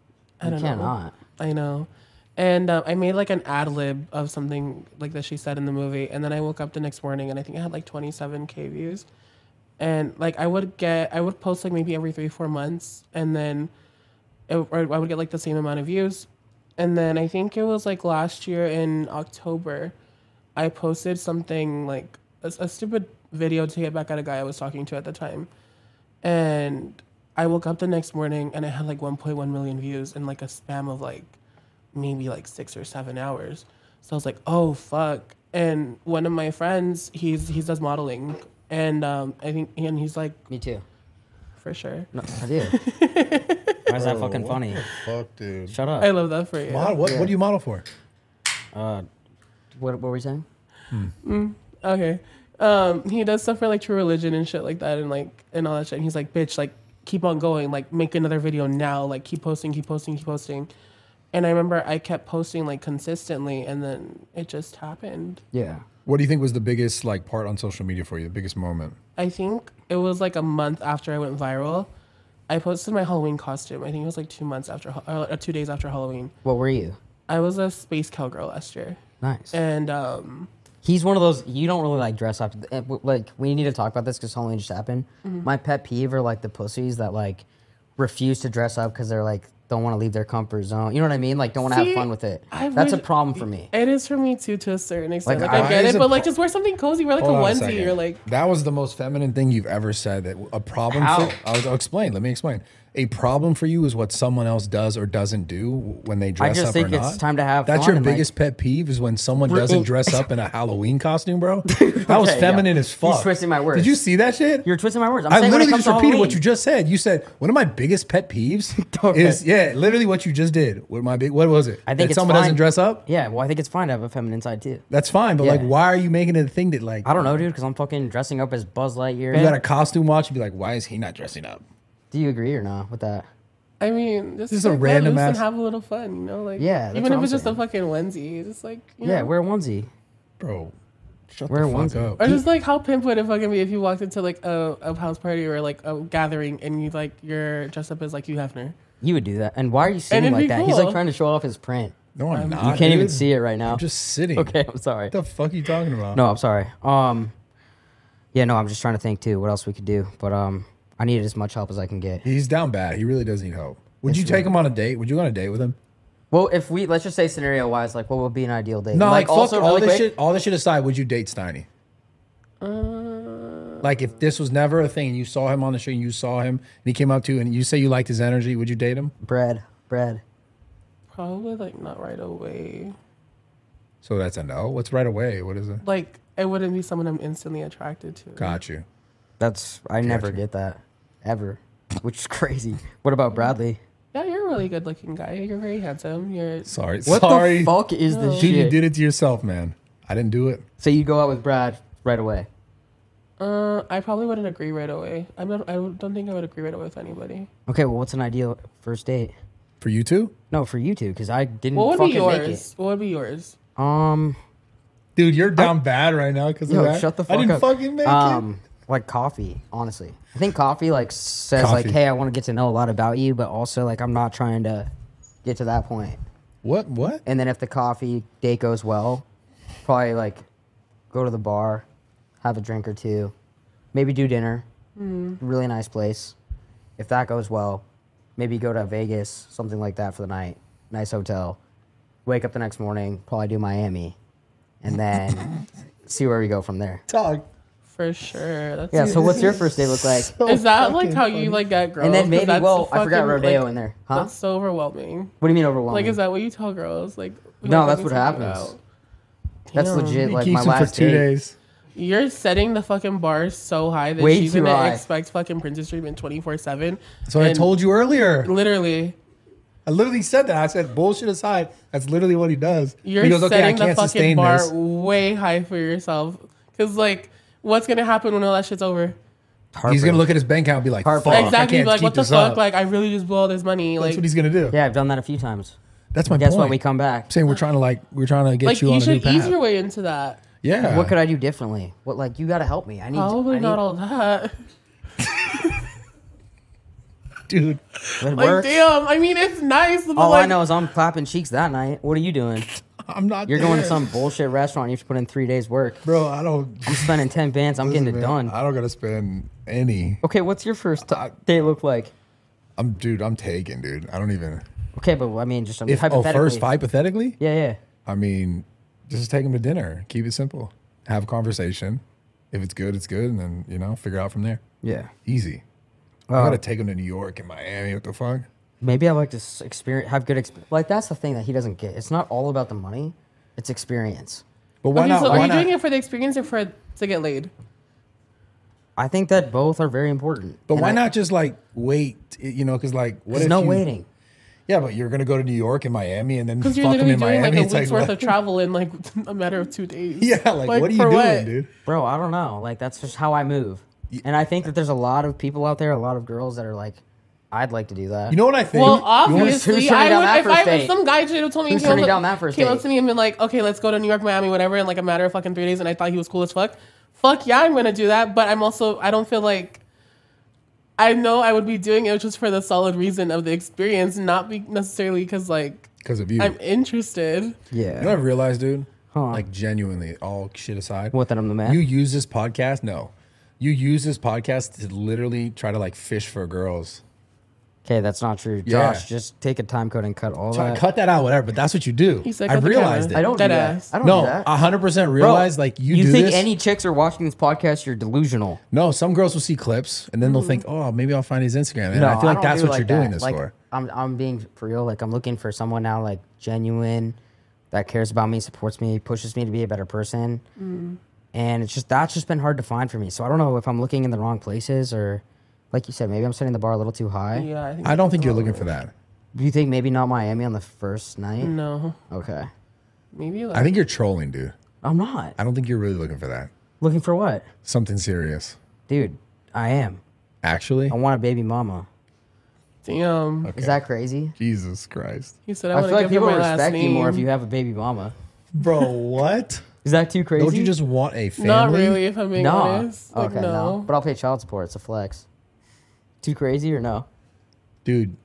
D: I
B: You
D: don't know.
B: cannot.
D: I know. And um, I made like an ad lib of something like that she said in the movie. And then I woke up the next morning and I think I had like 27K views. And like I would get, I would post like maybe every three, four months. And then it, or I would get like the same amount of views. And then I think it was like last year in October, I posted something like a, a stupid video to get back at a guy I was talking to at the time. And I woke up the next morning and it had like 1.1 million views in like a spam of like maybe like six or seven hours. So I was like, oh fuck. And one of my friends, he's he does modeling, and um, I think and he's like
B: Me too.
D: for sure.
B: No, I do. Why is that fucking funny?
C: Fuck, dude.
B: Shut up.
D: I love that for you.
C: Model, what, what do you model for?
B: What, what were we saying?
D: Okay. Um, he does stuff for like True Religion and shit like that, and like and all that shit. And he's like, bitch, like keep on going, like make another video now, like keep posting, keep posting, keep posting. And I remember I kept posting like consistently, and then it just happened.
B: Yeah.
C: What do you think was the biggest like part on social media for you? The biggest moment?
D: I think it was like a month after I went viral. I posted my Halloween costume. I think it was like two months after, Hal- or like, two days after Halloween.
B: What were you?
D: I was a space cowgirl last year,
B: Nice.
D: and um,
B: He's one of those you don't really like dress up. eh, w- Like we need to talk about this because Halloween just happened.
D: Mm-hmm.
B: My pet peeve are like the pussies that like refuse to dress up because they're like don't want to leave their comfort zone. You know what I mean? Like don't want to have
D: See,
B: fun with it.
D: I
B: That's a
D: would-
B: problem for me.
D: it is for me too to a certain extent.
C: Like,
D: Like, I
C: I-
D: get
C: is
D: it,
C: a
D: but
C: pro-
D: like just wear something cozy. Wear like
C: Hold on
D: a onesie.
C: second.
D: You're like
C: that was the most feminine thing you've ever said. That a problem.
B: How?
C: For, I was, I'll explain. Let me explain. A problem for you is what someone else does or doesn't do when they dress
B: just
C: up
B: think
C: or
B: it's
C: not.
B: time to have
C: That's
B: fun
C: your
B: and, like- oh.
C: biggest pet peeve is when someone doesn't dress up in a Halloween
B: <laughs>
C: costume, bro. That was
B: Okay, yeah.
C: feminine as fuck.
B: He's twisting my words.
C: Did you see that shit?
B: You're twisting my words. I'm
C: I
B: saying when it
C: literally
B: comes to
C: just repeated what
B: Halloween.
C: you just said. You said one of my biggest pet
B: <laughs>
C: peeves
B: Okay.
C: is yeah, literally what you just did. What my big what was it?
B: I think
C: that
B: it's
C: someone
B: fine.
C: doesn't dress up.
B: Yeah, well, I think it's fine to have a feminine side too.
C: That's fine, but like,
B: Yeah.
C: why are you making it a thing that like
B: I don't know, dude, because I'm fucking dressing up as Buzz Lightyear.
C: you got a costume watch and be like, why is he not dressing up?
B: Do you agree or not with that?
D: I mean, just,
C: Just a
D: like, let
C: random
D: loose and
C: ass-
D: have a little fun. You know, like
B: Yeah, that's
D: even
B: what
D: if
B: I'm
D: it's just a
B: saying.
D: fucking onesie, just like you
B: Yeah,
D: know.
B: wear a onesie.
C: Bro, shut
B: Wear a
C: the fuck
B: onesie.
C: up.
D: Or just like how pimp would it fucking be if you walked into like a, a house party or like a gathering and you like you're dressed up as like you Hefner.
B: You would do that. And why are you sitting
D: it'd
B: like
D: be
B: that? He's like
D: cool.
B: trying to show off his print.
C: No, I'm not.
B: You can't even
C: dude.
B: see it right now.
C: I'm just
B: <laughs>
C: sitting.
B: okay, I'm sorry.
C: What the fuck are you talking about?
B: No, I'm sorry. Um, yeah, no, I'm just trying to think too. What else we could do? But um, I needed as much help as I can get.
C: He's down bad. He really does need help. Would you take him on a date? Would you go on a date with him?
B: Well, if we let's just say scenario wise, like what would be an ideal date?
C: No, like, fuck all
B: really
C: this
B: quick-
C: shit. All this shit aside, would you date Steiny? like if this was never a thing and you saw him on the street and you saw him and he came up to you and you say you liked his energy, would you date him?
B: Bread, bread.
D: Probably like not right away.
C: So that's a no. What's right away? What is it?
D: Like it wouldn't be someone I'm instantly attracted to.
C: Got you.
B: That's I never
C: Gotcha.
B: get that ever, <laughs> which is crazy. What about Bradley?
D: Yeah, you're a really good looking guy. You're very handsome. You're
C: Sorry.
B: What
C: Sorry.
B: the fuck is this
C: Dude,
B: shit?
C: you did it to yourself, man. I didn't do it.
B: So you go out with Brad right away.
D: Uh, I probably wouldn't agree right away. I'm not. I don't think I would agree right away with anybody.
B: Okay, well, what's an ideal first date?
C: For you two?
B: No, for you two, because I didn't
D: What would
B: fucking
D: be
B: make it.
D: yours? What would be yours?
B: Um,
C: Dude, you're down bad right now because
B: yo,
C: of that.
B: shut the fuck
C: I
B: up.
C: didn't fucking make
B: um, like coffee, honestly. I think coffee like says like,
C: Coffee.
B: hey, I want to get to know a lot about you, but also like I'm not trying to get to that point.
C: it. What? What?
B: And then if the coffee date goes well, probably like go to the bar, have a drink or two, maybe do dinner. Really nice place. If that goes well, maybe go to Vegas, something like that for the night. Nice hotel. Wake up the next morning, probably do Miami, and then see where we go from there.
C: Talk.
D: For sure. That's
B: Yeah. So what's
D: <laughs>
B: your first day look like?
D: Is that like how you like got girls?
B: And then
D: <laughs> 'Cause
B: maybe
D: that's
B: well,
D: so
B: I forgot
D: fucking,
B: rodeo
D: like,
B: in there, huh?
D: That's so overwhelming.
B: What do you mean overwhelming?
D: Like, is that what you tell girls? Like, we
B: No,
D: have
B: that's
D: nothing
B: what
D: to talk
B: happens.
D: about.
B: That's
D: Damn.
B: legit. Like
C: Keeps
B: my
C: him for
B: last
C: two
B: date.
C: days.
D: You're setting the fucking bar so high that
B: Way
D: she's
B: too
D: gonna
B: high.
D: expect fucking princess treatment 24 seven.
C: That's what I told you earlier.
D: Literally,
C: I literally said that. I said, bullshit aside, that's literally what he does.
D: you're
C: he goes, okay, I
D: setting the
C: can't
D: fucking
C: sustain
D: bar
C: this.
D: way high for yourself. Cause like, what's gonna happen when all that shit's over?
C: He's going to look at his bank account and be like,
B: Harper.
C: fuck, I
D: exactly.
C: can't
D: Like,
C: keep
D: what the
C: this
D: fuck?
C: up.
D: Like, I really just blew all this money.
C: that's
D: Like,
C: what he's going to do.
B: Yeah, I've done that a few times.
C: That's my
B: Guess
C: point.
B: what? We come back.
C: I'm saying we're trying to like, we're trying to get
D: like
C: you
D: you
C: on a new
D: should
C: path.
D: ease your way into that.
C: yeah.
B: What could I do differently? What like you got to help me? I need.
D: Probably
B: I need,
D: not all that. <laughs>
C: Dude. <laughs>
B: It
D: Like,
B: works.
D: damn. I mean, it's nice. But
B: All
D: like,
B: Oh, I know is I'm clapping cheeks that night. What are you doing?
C: I'm not
B: You're going to
C: there.
D: <laughs>
B: some bullshit restaurant. You have to put in three days work.
C: Bro, I don't.
B: I'm spending ten bands. I'm getting it
C: Man,
B: done.
C: I don't gotta spend any.
B: Okay, what's your first t- day look like?
C: I'm dude. I'm taken, dude. I don't even.
B: Okay, but I mean, just I mean,
C: If oh,
B: hypothetically.
C: first hypothetically,
B: Yeah, yeah.
C: I mean, just take him to dinner. Keep it simple. Have a conversation. If it's good, it's good, and then you know, figure out from there.
B: Yeah.
C: Easy.
D: Uh,
C: I gotta take him to New York and Miami. What the fuck?
B: Maybe I like to s- experience, have good experience. Like that's the thing that he doesn't get. It's not all about the money. It's experience.
C: But why
D: okay,
C: not?
D: so
C: why
D: are you
C: not?
D: doing it for the experience or for to get laid?
B: I think that both are very important.
C: but
B: And
C: why
B: I-
C: not just like wait? You know, because like what
B: There's
C: if
B: no
C: you-
B: waiting.
C: Yeah, but you're gonna go to New York and Miami, and then fuck
D: Because you're
C: him
D: literally
C: in
D: doing
C: Miami.
D: like a
C: It's
D: week's worth
C: what-
D: of travel in like <laughs> a matter of two days.
C: <laughs> yeah, like, what are you
D: for
C: doing, dude?
B: Bro, I don't know. Like that's just how I move. And I think that there's a lot of people out there, a lot of girls that are like, I'd like to do that.
C: You know what I think?
D: Well,
C: You wanna-
B: who's turning
D: obviously,
B: down
D: I
B: that
D: would. If
B: first
D: I if
B: date?
D: some guy should have told me,
B: Who's
D: came,
B: turning
D: up,
B: down that first
D: came up
B: date?
D: to me and been like, "Okay, let's go to New York, Miami, whatever," in like a matter of fucking three days, and I thought he was cool as fuck. Fuck yeah, I'm gonna do that. But I'm also, I don't feel like. I know I would be doing it just for the solid reason of the experience, not be necessarily because like
C: 'Cause of you.
D: I'm interested.
C: You know
B: yeah.
C: what I've realized, dude? Like genuinely, all shit aside.
B: What, that I'm the man?
C: You use this podcast? No. You use this podcast to literally try to like fish for girls.
B: Okay, that's not true.
C: Yeah.
B: Josh, just take a time code and cut all
C: Try-
B: that.
C: cut that out, whatever. But that's what you do.
D: He's like,
C: I
D: "Cut the
C: realized it.
D: camera."
B: I don't
D: Dead
B: do that.
D: ass.
B: I don't do
C: no,
B: that.
C: I hundred percent
B: Bro,
C: realize like you, do
B: think
C: this.
B: any chicks are watching this podcast, you're delusional.
C: no, some girls will see clips and then they'll think, oh, maybe I'll find his Instagram. And
B: Mm. No,
C: I feel like
B: don't
C: that's
B: do
C: what
B: like
C: you're
B: that.
C: doing this
B: Like,
C: for.
B: I'm I'm being for real. Like I'm looking for someone now, like genuine, that cares about me, supports me, pushes me to be a better person.
D: Mm.
B: And it's just that's just been hard to find for me. So I don't know if I'm looking in the wrong places or, like you said, maybe I'm setting the bar a little too high.
D: Yeah, I think
C: I don't think you're looking for that.
B: Do you think maybe not Miami on the first night?
D: no.
B: Okay,
D: Maybe like
C: I think you're trolling, dude.
B: I'm not
C: I don't think you're really looking for that.
B: looking for what,
C: Something serious,
B: dude. I am.
C: actually.
B: I want a baby mama.
D: damn.
B: Is that crazy?
C: Jesus Christ,
D: He said I,
B: I
D: want
B: feel
D: to
B: like
D: give him
B: people
D: my last
B: respect you
D: name.
B: more if you have a baby mama.
C: bro. What?
B: Is that too crazy?
C: Don't you just want a family?
D: Not really, if I'm being
B: No.
D: honest. Like,
B: okay,
D: no.
B: But I'll pay child support. It's a flex. Too crazy or no?
C: dude.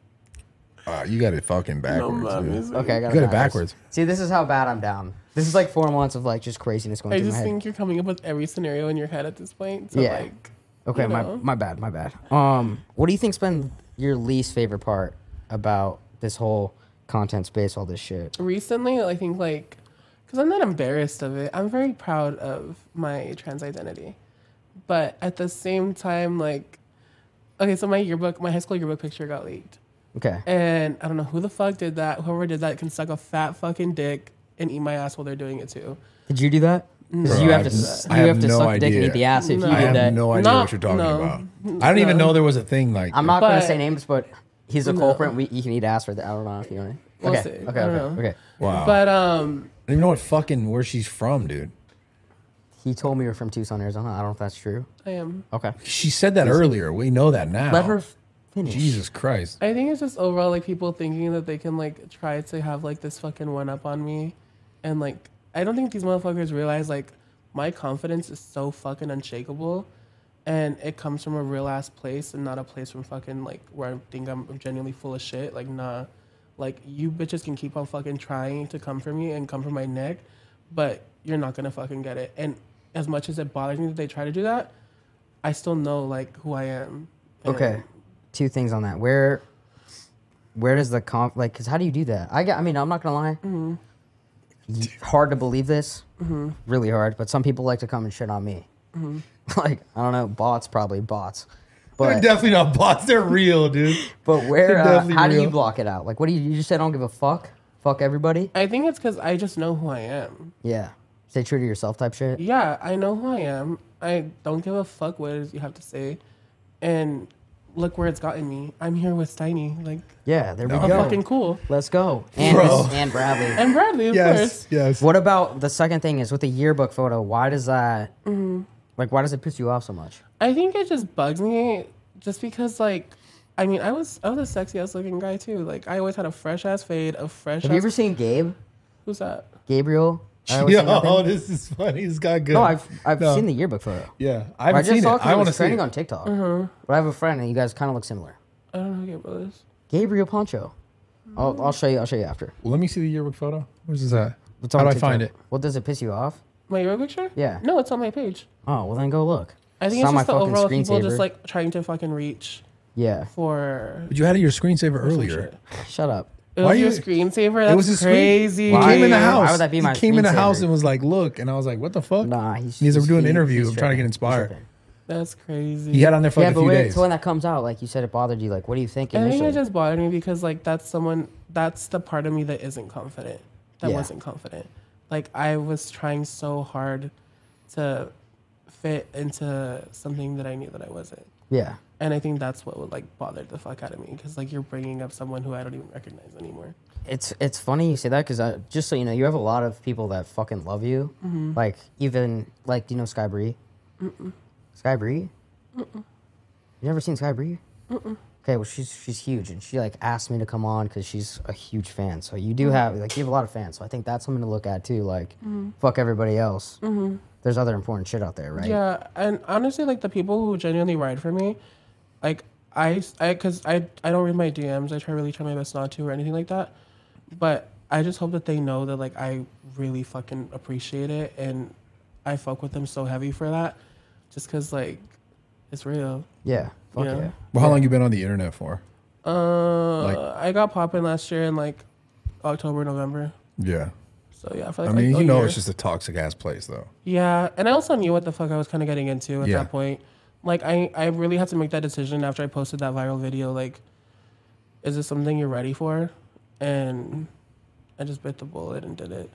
C: Uh, you got it fucking backwards. dude.
B: Okay, I got,
C: got it
B: it
C: backwards.
B: See, this is how bad I'm down. This is like four months of like just craziness going
D: I
B: through
D: just
B: my
D: think you're coming up with every scenario in your head at this point. So
B: Yeah.
D: like
B: head. Okay,
D: you
B: my
D: know.
B: my bad, my bad. Um, what do you think's been your least favorite part about this whole content space, all this shit?
D: recently, I think like because I'm not embarrassed of it. I'm very proud of my trans identity, but at the same time, like okay, so my yearbook, my high school yearbook picture got leaked,
B: Okay.
D: and I don't know who the fuck did that. Whoever did that can suck a fat fucking dick and eat my ass while they're doing it too.
B: Did you do that? Because
C: Bro,
B: you
C: I
B: have to
C: have
B: s-
C: n- I
B: you
C: have
B: have to
C: no
B: suck dick and
C: idea.
B: eat the ass if
D: No.
B: you
C: I
B: did
C: have
B: that.
C: no idea
D: No,
C: what you're talking
D: no.
C: about. I don't even know there was a thing like.
B: I'm not gonna
D: But-
B: say names, but he's a culprit. We you can eat ass for that. I don't know if you want.
D: We'll
B: okay.
D: see.
B: Okay.
D: I don't
B: Okay.
D: know.
B: Okay.
C: Wow.
D: But um,
C: I don't even know what fucking where she's from, dude.
B: He told me you're from Tucson, Arizona. I don't know if that's true.
D: I am.
B: Okay.
C: She said that earlier. We know that now.
B: Let her finish.
C: Jesus Christ.
D: I think it's just overall like people thinking that they can like try to have like this fucking one up on me, and like I don't think these motherfuckers realize like my confidence is so fucking unshakable, and it comes from a real ass place and not a place from fucking like where I think I'm genuinely full of shit. Like nah, like you bitches can keep on fucking trying to come for me and come for my neck, but you're not gonna fucking get it. And as much as it bothers me that they try to do that, I still know like who I am. and-
B: Okay. Two things on that. Where, where does the conf like? Cause how do you do that? I get. I mean, I'm not gonna lie.
E: Mm-hmm.
B: Y- Hard to believe this. Really hard. But some people like to come and shit on me.
E: Mm-hmm.
B: <laughs> like I don't know, bots probably bots.
E: They're
B: But
E: definitely not bots. They're real,
B: <laughs>
E: dude.
B: but where?
E: they're
B: Uh,
E: definitely
B: how do you
E: real.
B: block it out? Like what do you? You just say I don't give a fuck. Fuck everybody.
D: I think it's because I just know who I am.
B: Yeah. Stay true to yourself type shit.
D: Yeah, I know who I am. I don't give a fuck what it is you have to say. And look where it's gotten me. I'm here with Steiny. Like,
B: Yeah. There we
D: I'm
B: go.
D: fucking cool.
B: Let's go. And
E: Bro.
B: and Bradley.
D: And Bradley, of
E: Yes,
D: course.
E: yes.
B: What about the second thing is with the yearbook photo? Why does that
D: Mm-hmm.
B: like why does it piss you off so much?
D: I think it just bugs me just because, like, I mean, I was I was a sexy ass looking guy too. Like, I always had a fresh ass fade, a fresh
B: Have
D: ass.
B: you ever seen Gabe
D: Who's that?
C: <laughs>
B: Gabriel? I always say
E: Yo,
B: <laughs> nothing.
E: this is funny. It's got good.
B: no, I've I've seen the yearbook photo.
E: Yeah, I
B: I
E: haven't
B: just
E: seen
B: saw
E: it.
B: it
E: I
B: because it
E: want to
B: was
E: see
B: trending
E: it.
B: on TikTok.
D: Mm-hmm.
B: But I have a friend and you guys kind of look similar.
D: I don't know who Gabriel is.
B: Gabriel Poncho.
D: Mm-hmm.
B: I'll, I'll show you. I'll show you after.
C: Well, let me see the yearbook photo. Where's this at?
B: It's
C: How
B: on
C: do I
B: TikTok.
C: find it?
B: Well, does it piss you off?
D: My yearbook picture?
B: Yeah.
D: No, it's on my page.
B: Oh well, then go look.
D: I think it's, just the overall people just like trying to fucking reach
B: yeah.
D: for.
C: But you had your screensaver
D: some
C: earlier.
D: shit.
B: Shut up.
D: It
C: Why
D: was your
C: you-
D: screensaver. That's
C: was a screen-
D: crazy.
C: He
B: Why-
C: came in the
B: Why
C: house.
B: would that be my
C: he came in the house
B: screensaver?
C: and was like, "Look," and I was like, "What the fuck?"
B: Nah, he's.
C: He's,
B: he's-
C: doing an
B: he-
C: interview.
B: he's
C: I'm trying
B: tripping.
C: to get
B: He's
C: inspired.
B: tripping.
D: That's crazy.
C: He had on there for
B: Yeah,
C: like a
B: but
C: few
B: wait
C: days.
B: until when that comes out. Like you said, it bothered you. Like, what do you think?
D: I
B: Initially?
D: think it just bothered me because like that's someone that's the part of me that isn't confident. That
B: Yeah.
D: wasn't confident. Like I was trying so hard to fit into something that I knew that I wasn't.
B: yeah.
D: And I think that's what would like bother the fuck out of me because like you're bringing up someone who I don't even recognize anymore.
B: It's it's funny you say that because just so you know, you have a lot of people that fucking love you. Like even like do you know Sky Bree? Sky Bree? You never seen Sky Bree? Okay, well she's she's huge and she like asked me to come on because she's a huge fan. So you do have like you have a lot of fans. So I think that's something to look at too. Like fuck everybody else. There's other important shit out there, right?
D: Yeah, and honestly, like the people who genuinely ride for me, like I, I, cause I, I don't read my DMs. I try really try my best not to or anything like that. But I just hope that they know that like I really fucking appreciate it and I fuck with them so heavy for that, just cause like it's real.
B: Yeah. Fuck
D: Yeah.
B: yeah.
C: well, how long you been on the internet for?
D: Uh,
C: Like-
D: I got popping last year in like October, November.
C: Yeah,
D: So yeah, for
C: I
D: like,
C: mean,
D: like, a
C: you know,
D: year.
C: it's just a toxic ass place, though.
D: Yeah, and I also knew what the fuck I was kind of getting into at
C: Yeah.
D: that point. Like, I, I really had to make that decision after I posted that viral video. Like, is this something you're ready for? And I just bit the bullet and did it.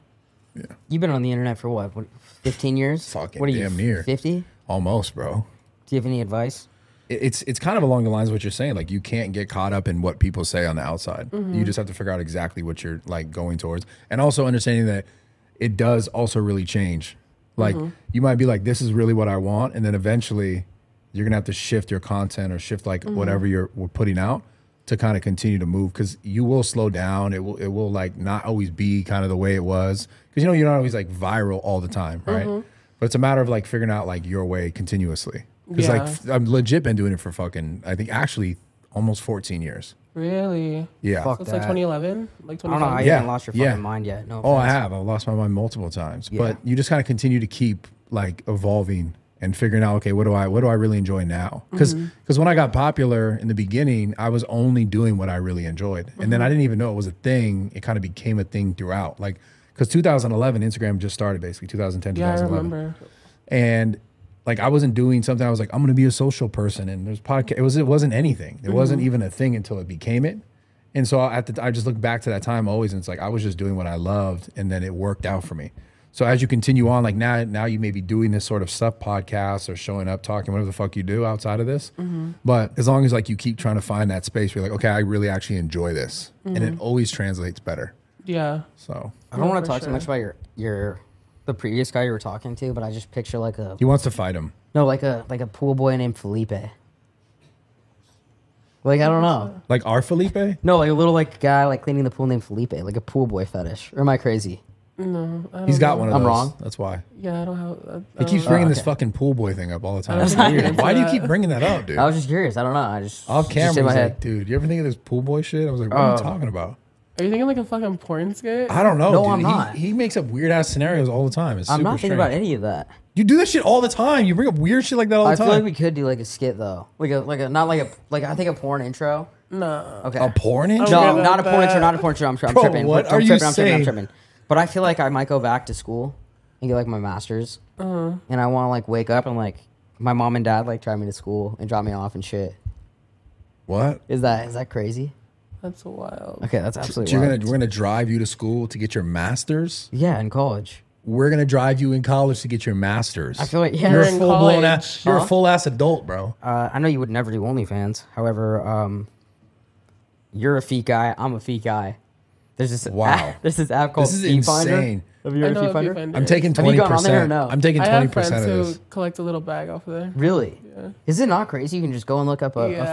B: You've been on the internet for what? what 15 years?
C: Fucking
B: what are
C: damn
B: you,
C: near.
B: 50? Do
C: Almost, bro.
B: you have any advice?
C: It- It's it's kind of along the lines of what you're saying. Like you can't get caught up in what people say on the outside. You just have to figure out exactly what you're like going towards, and also understanding that it does also really change. Like you might be like, "This is really what I want," and then eventually you're gonna have to shift your content or shift like whatever you're we're putting out to kind of continue to move because you will slow down. It will it will like not always be kind of the way it was because you know you're not always like viral all the time, right? But it's a matter of like figuring out like your way continuously. Because like
D: Yeah.
C: f- I've legit been doing it for fucking I think actually almost 14 years.
D: Really?
C: Yeah.
B: Fuck
D: So it's like
B: that.
D: 2011? Like
B: I don't know.
D: 2011?
B: I
C: Yeah,
B: haven't lost your fucking
C: yeah.
B: mind yet. No.
C: Oh, I
B: offense.
C: have. I've lost my mind multiple times.
B: Yeah.
C: But you just kind of continue to keep like evolving and figuring out, okay, what do I what do I really enjoy now?
B: Mm-hmm.
C: Because when I got popular in the beginning, I was only doing what I really enjoyed, and
B: Mm-hmm.
C: then I didn't even know it was a thing. It kind of became a thing throughout, like because 2011 Instagram just started basically 2010
D: Yeah, I
C: 2011
D: remember.
C: and like I wasn't doing something. I was like, I'm gonna be a social person, and there's podcast. It was it wasn't anything.
D: Mm-hmm.
C: It wasn't even a thing until it became it. And so at the, I just look back to that time always, and it's like I was just doing what I loved, and then it worked out for me. So as you continue on, like now, now you may be doing this sort of stuff, podcasts or showing up, talking, whatever the fuck you do outside of this.
D: Mm-hmm.
C: But as long as like you keep trying to find that space, where you're like, okay, I really actually enjoy this,
D: Mm-hmm.
C: and it always translates better.
D: Yeah.
C: So
B: I don't want
D: for
B: to talk too
D: sure.
B: much about your your the previous guy you were talking to, but I just picture like a
C: He wants to fight him.
B: no, like a like a pool boy named Felipe. Like I don't know.
C: Like our Felipe?
B: No, like a little like guy like cleaning the pool named Felipe, like a pool boy fetish. Or am I crazy?
C: He's got one of
B: I'm
C: those.
B: wrong.
C: That's why.
D: Yeah, I don't have. uh, I, I
C: He
D: don't
C: keeps
D: know.
C: bringing this
B: okay.
C: fucking pool boy thing up all the time.
B: <laughs>
C: It's weird. Why do you keep bringing that up, dude?
B: I was just curious. I don't know. I just
C: Off
B: it's
C: camera,
B: just in my
C: he's
B: head. Oh.
C: like, dude, you ever think of this pool boy shit? I was like, what are you talking about?
D: Are you thinking like a fucking porn skit?
C: I don't know.
B: No,
C: dude.
B: I'm
C: He-
B: not.
C: He, makes up weird ass scenarios all the time. It's super
B: I'm not thinking
C: strange.
B: about any of that.
C: You do this shit all the time. You bring up weird shit like that all the
B: I feel
C: time.
B: like we could do like a skit though, like a like a not like a like I think a porn intro.
D: no.
B: Okay.
C: a porn intro?
B: No,
D: about
B: not a porn
D: that.
B: intro, not a porn intro. I'm, tri- I'm
C: Bro,
B: tripping.
C: what
B: I'm
C: are
B: tripping,
C: you
B: I'm tripping, I'm
C: saying?
B: tripping. But I feel like I might go back to school and get like my master's, and I want to like wake up and like my mom and dad like drive me to school and drop me off and shit.
C: What?
B: Is that is that crazy?
D: That's wild.
B: Okay, that's
C: So
B: absolutely.
C: you're gonna,
B: wild.
C: we're gonna drive you to school to get your master's.
B: yeah, in college.
C: We're gonna drive you in college to get your master's.
B: I feel like yeah.
C: you're a
D: in
C: full blown
D: college,
C: ass. You're a
B: huh?
C: full ass adult, bro.
B: Uh, I know you would never do OnlyFans. However, um, you're a feet guy. I'm a feet guy. There's this
C: Wow.
B: there's this app <laughs> called
C: This is
B: Feet Finder.
C: insane.
B: Have you
D: I
B: heard
D: know
B: of Feet
D: a few
B: Finder?
D: finders.
C: I'm taking
B: Have you
C: twenty
B: gone on there or
C: percent.
B: no?
C: I'm taking
D: I
C: twenty
D: have
C: percent
D: friends
C: of
D: who
C: this.
D: collect a little bag off of there.
B: Really? Is it not crazy? You can just go and look up a, a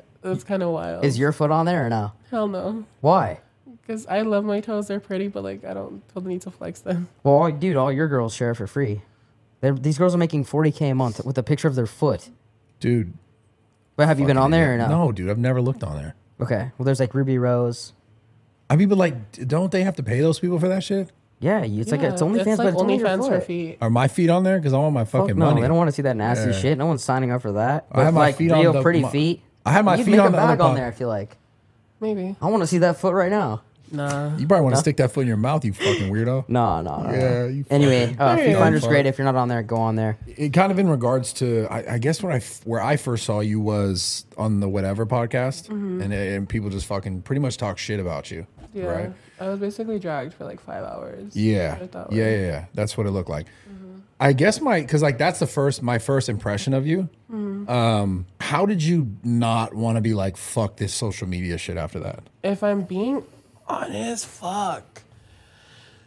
B: foot.
D: That's kind of wild.
C: Oh.
B: Is your foot on there or no?
D: Hell no.
B: Why?
D: Because I love my toes. They're pretty, but like I don't feel the need to flex them.
B: Well, all, dude, all your girls share it for free. They're, these girls are making 40k a month with a picture of their foot.
C: Dude,
B: But have you been on there or no?
C: no, dude, I've never looked on there.
B: Okay. Well, there's like Ruby Rose.
C: I mean, but like, d- don't they have to pay those people for that shit?
B: Yeah, you- it's like
D: Yeah,
B: it's OnlyFans, but it's only your
D: OnlyFans for
B: foot.
D: feet.
C: Are my feet on there? Because I want my
B: Fuck
C: fucking
B: no,
C: money.
B: they don't want to see that nasty
C: Yeah.
B: shit. No one's signing up for that.
C: I
B: But
C: had my
B: like
C: feet on
B: real
C: the-
B: pretty
C: my-
B: feet.
C: I had my
B: You'd
C: feet
B: make
C: on
B: a
C: the other
B: bag on
C: pod-
B: there. I feel like
D: Maybe.
B: I want to see that foot right now.
D: Nah.
C: you probably want to stick that foot in your mouth, you fucking weirdo.
B: <laughs> No, no, no.
C: Yeah,
B: no.
C: you
B: Anyway,
C: fucking
B: uh, Feet
C: dumb
B: Finder's
C: fuck.
B: great. If you're not on there, go on there.
C: it kind of in regards to I, I guess when I f- where I first saw you was on the whatever podcast,
D: Mm-hmm.
C: and and people just fucking pretty much talk shit about you,
D: Yeah.
C: right?
D: I was basically dragged for like five hours.
C: Yeah,
D: Put it
C: yeah,
D: that
C: yeah,
D: way. Mm-hmm.
C: yeah. That's what it looked like. I guess my because like that's the first my first impression of you.
D: Mm-hmm.
C: Um, how did you not want to be like fuck this social media shit after that?
D: If I'm being honest, fuck.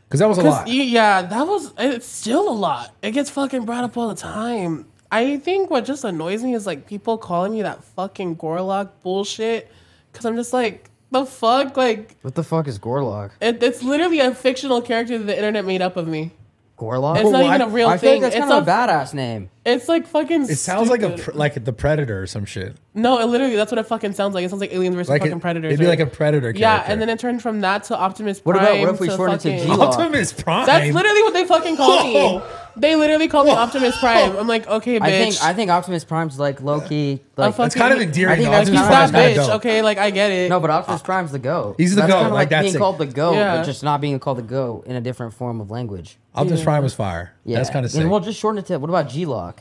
C: Because that was a
D: 'Cause
C: lot.
D: y- yeah, that was. It's still a lot. It gets fucking brought up all the time. I think what just annoys me is like people calling me that fucking Gorlock bullshit. Cause I'm just like, the fuck? Like,
B: What the fuck is Gorlock?
D: it, it's literally a fictional character that the internet made up of me.
B: Gorlock?
D: It's not
C: why-
D: even a real
B: Oh, I feel
D: thing.
B: like that's
D: it's
B: kind of a
D: a,
B: badass name.
D: It's like fucking.
C: it sounds like a pr- like the predator or some shit.
D: No, it literally, that's what it fucking sounds like. It sounds like aliens versus
C: Like
D: fucking
C: it,
D: predators.
C: it'd be
D: or-
C: like a predator.
D: Yeah,
C: character. <laughs>
D: and then it turned from that to Optimus
B: What
D: Prime.
B: about- what if we shorten it to
D: fucking-
B: G-Lo?
C: Optimus Prime.
D: That's literally what they fucking call me.
C: Whoa.
D: They literally call me Optimus Prime. I'm like, okay, bitch.
B: I think I think Optimus Prime's like low key. Like,
D: fuck-
C: That's kind of
D: I think
C: endearing. though.
B: that's
D: He's
C: Optimus
B: kinda
D: that
C: Prime's kinda
D: bitch,
C: dope.
D: okay? Like, I get it.
B: no, but Optimus Prime's the goat.
C: He's the
B: that's
C: goat,
B: kinda
C: like, that's
B: being
C: it.
B: called the goat,
D: Yeah.
B: but just not being called the goat in a different form of language.
C: Optimus Prime was fire.
B: Yeah,
C: That's kind of sick.
B: And we'll just shorten it to what about G Lock?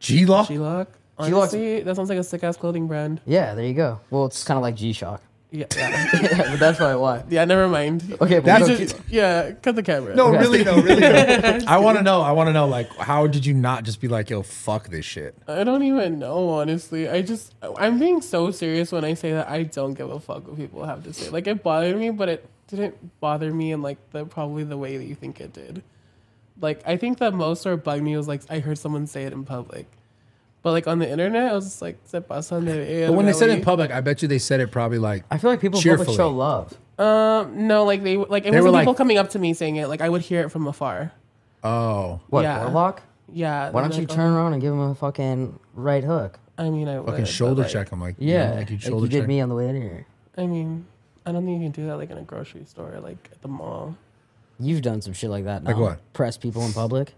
C: G Lock.
D: G-Lock.
B: G-Lock's-
D: Honestly, that sounds like a sick ass clothing brand.
B: Yeah, there you go. Well, it's kind of like G <laughs> Shock,
D: Yeah, yeah. <laughs>
B: but that's what I want.
D: yeah never mind.
B: Okay, but
C: That's
B: we-
C: just-
D: Yeah, cut the camera.
C: No, really
B: <laughs>
C: though, really though. I want to know. I want to know. Like, how did you not just be like, "Yo, fuck this shit"?
D: I don't even know, honestly. I just, I'm being so serious when I say that I don't give a fuck what people have to say. Like, it bothered me, but it didn't bother me in, like, the probably the way that you think it did. Like, I think that most or bugged me was, like, I heard someone say it in public. But, like, on the internet, I was just like, se pasan de
C: But when they said it in
D: verga,
C: public, I bet you they said it probably like,
B: I feel like people in public
C: Cheerfully.
B: show love.
D: Um, no, like, they, like, it
C: They were
D: wasn't people
C: like-
D: coming up to me saying it. Like, I would hear it from afar.
C: "Oh,
B: What
D: Yeah.
B: Gorlock?
D: Yeah.
B: Why
D: they're
B: don't you
D: like, oh.
B: turn around and give him a fucking right hook?
D: I mean, I would.
C: fucking
D: but,
C: shoulder
D: like,
C: check." I'm like, you know,
B: Yeah,
C: like you
B: like
C: shoulder
B: you did
C: check.
B: me on the way in here.
D: I mean, I don't think you can do that, like, in a grocery store, like, at the mall.
B: You've done some shit like that.
C: Like
B: Now.
C: what?
B: Press people in public.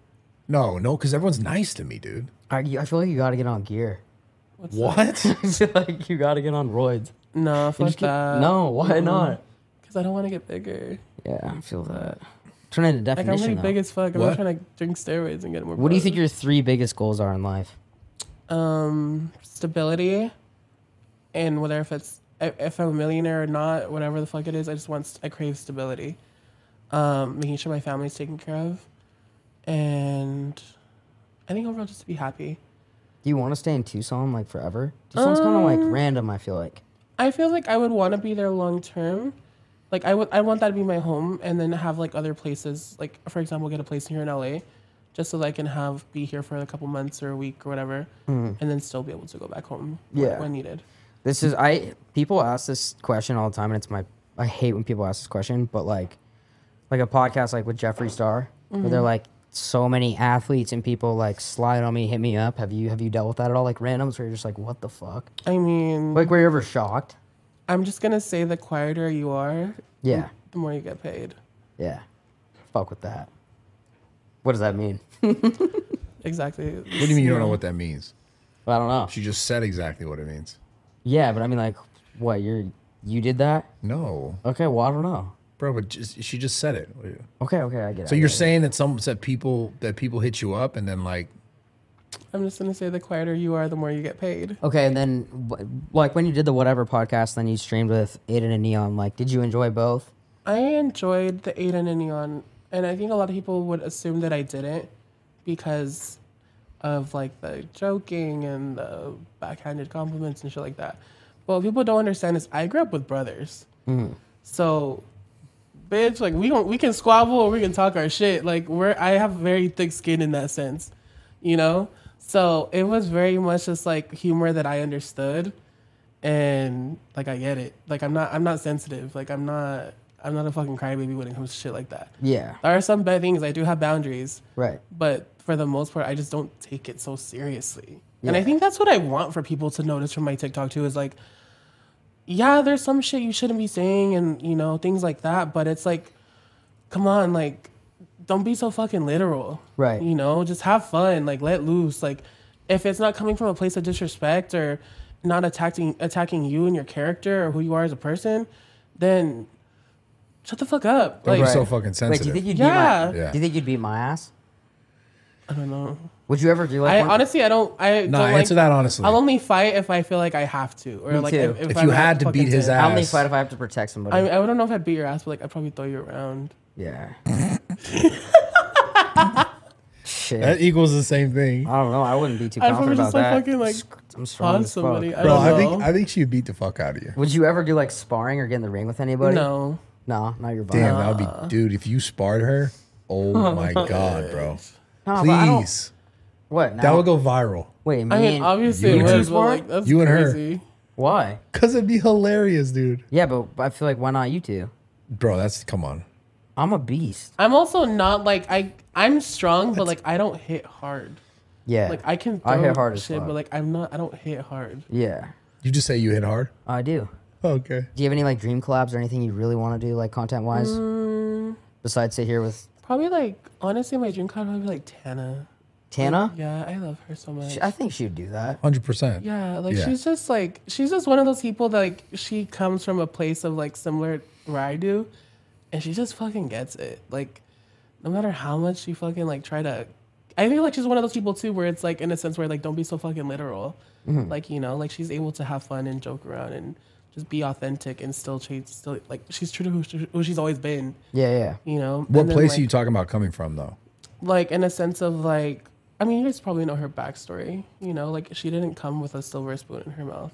C: No, no, because everyone's nice to me, dude.
B: I, you- I feel like you got to get on gear. <laughs>
D: <laughs>
C: What?
B: I feel like you got to get on roids.
D: No,
B: You
D: fuck
B: just keep-
D: that.
B: no, why not?
D: Because I don't want to get bigger.
B: Yeah, I feel that. Turn into
D: Like, I'm
B: definition.
D: already
B: though.
D: big as fuck. I'm
C: What?
D: not trying to drink steroids and get more.
B: what do you think
D: broader.
B: your three biggest goals are in life?
D: Um, stability and whether if it's if I'm a millionaire or not, whatever the fuck it is, I just want I crave stability. Um, making sure my family's taken care of, and I think overall just to be happy.
B: Do you want to stay in Tucson like forever? Tucson's kind of like random. I feel like.
D: I feel like I would want to be there long term, Like I would, I want that to be my home, and then have like other places. Like for example, get a place here in LA, just so that I can have be here for a couple months or a week or whatever, and then still be able to go back home when-
B: Yeah.
D: when needed.
B: This is I people ask this question all the time, and it's my I hate when people ask this question, but like like a podcast like with Jeffree Star, where they're like so many athletes and people like slide on me, hit me up. Have you have you dealt with that at all? Like randoms where you're just like, what the fuck?
D: I mean,
B: Like where you're ever shocked?
D: I'm just gonna say the quieter you are,
B: Yeah,
D: the more you get paid.
B: yeah. Fuck with that. What does that mean? <laughs>
D: Exactly. What
C: What do you mean you don't know what that means?
B: I don't know.
C: She just said exactly what it means.
B: Yeah, but I mean like, what you're you did that?
C: No,
B: Okay, well I don't know.
C: bro, but just, she just said it. What are you-
B: Okay, okay, I get it.
C: So
B: I
C: you're
B: get it.
C: saying that some that people that people hit you up and then like
D: I'm just gonna say the quieter you are, the more you get paid.
B: Okay, and then wh- like when you did the whatever podcast, then you streamed with Aiden and Neon. Like, did you enjoy both?
D: I enjoyed the Aiden and Neon, and I think a lot of people would assume that I didn't because of like the joking and the backhanded compliments and shit like that. But what people don't understand is I grew up with brothers,
B: Mm.
D: so bitch, like we don't we can squabble or we can talk our shit. Like we're I have very thick skin in that sense, you know. So it was very much just like humor that I understood and like I get it. Like I'm not I'm not sensitive. Like I'm not I'm not a fucking crybaby when it comes to shit like that.
B: Yeah,
D: There are some bad things. I do have boundaries,
B: right.
D: but for the most part, I just don't take it so seriously. And I think that's what I want for people to notice from my TikTok too. Is like, yeah, there's some shit you shouldn't be saying, and you know things like that. But it's like, come on, like, don't be so fucking literal.
B: Right.
D: You know, just have fun. Like, let loose. Like, if it's not coming from a place of disrespect or not attacking attacking you and your character or who you are as a person, then shut the fuck up.
C: don't
D: Like,
C: be so
B: Right.
C: fucking
B: Wait, do you
C: sensitive.
B: think you'd
D: Yeah.
B: beat my?
C: Yeah.
B: Do you think you'd beat my ass?
D: I don't know.
B: Would you ever do like?
D: I
B: one-
D: honestly, I don't. I
C: no,
D: don't
C: answer
D: like,
C: that honestly.
D: I'll only fight if I feel like I have to, or
B: Me
D: like
B: too.
D: if, if,
C: If
D: I'm
C: you
D: not
C: had to
D: fucking
C: beat his
D: dead.
C: ass.
B: I only fight if I have to protect somebody.
D: I, I don't know if I'd beat your ass, but like I'd probably throw you around.
B: yeah.
C: <laughs>
B: Shit.
C: that equals the same thing.
B: I don't know. I wouldn't be
D: <laughs>
B: too
D: I'd
B: confident
D: probably
B: about
D: just like
B: that.
D: fucking like
B: Sc- I'm strong
D: on
B: as fuck.
D: somebody. I
C: Bro, I
D: don't
C: think
D: know.
C: I think she'd beat the fuck out of you.
B: Would you ever do like sparring or get in the ring with anybody?
D: no,
B: no, not your body.
C: Damn, that would be dude. If you sparred her, oh
D: <laughs>
C: my god, bro.
B: No, but I don't-
C: Please,
B: What? Now?
C: that would go viral.
B: Wait, me
D: I mean
B: and-
D: obviously
C: you
D: it
C: and
D: was,
C: her.
D: but like that's
C: You and her.
D: crazy.
B: why?
C: Cause it'd be hilarious, dude.
B: Yeah, but I feel like why not you two?
C: Bro, that's come on.
B: I'm a beast.
D: I'm also not like I. I'm strong, but like I don't hit hard.
B: Yeah.
D: Like I can. Throw
B: I hit hard as
D: shit,
B: fuck.
D: but like I'm not. I don't hit hard.
B: Yeah,
C: You just say you hit hard.
B: I do.
C: Okay.
B: Do you have any like dream collabs or anything you really want to do like content wise?
D: Mm.
B: Besides sit here with
D: Probably like honestly, my dream card would be like Tana.
B: Tana?
D: Mm, Yeah, I love her so much.
B: Sh- I think she'd do that.
C: Hundred percent.
D: Yeah, like
C: Yeah.
D: she's just like she's just one of those people that like she comes from a place of like similar where I do, and she just fucking gets it. Like, no matter how much she fucking like try to, I feel like she's one of those people too where it's like in a sense where like don't be so fucking literal.
C: Mm-hmm.
D: Like you know, like she's able to have fun and joke around and just be authentic and still chase still like she's true to who, she, who she's always been.
B: Yeah, yeah.
D: You know.
C: What
D: And then,
C: place
D: like,
C: are you talking about coming from though?
D: like in a sense of like I mean you guys probably know her backstory. You know, like she didn't come with a silver spoon in her mouth.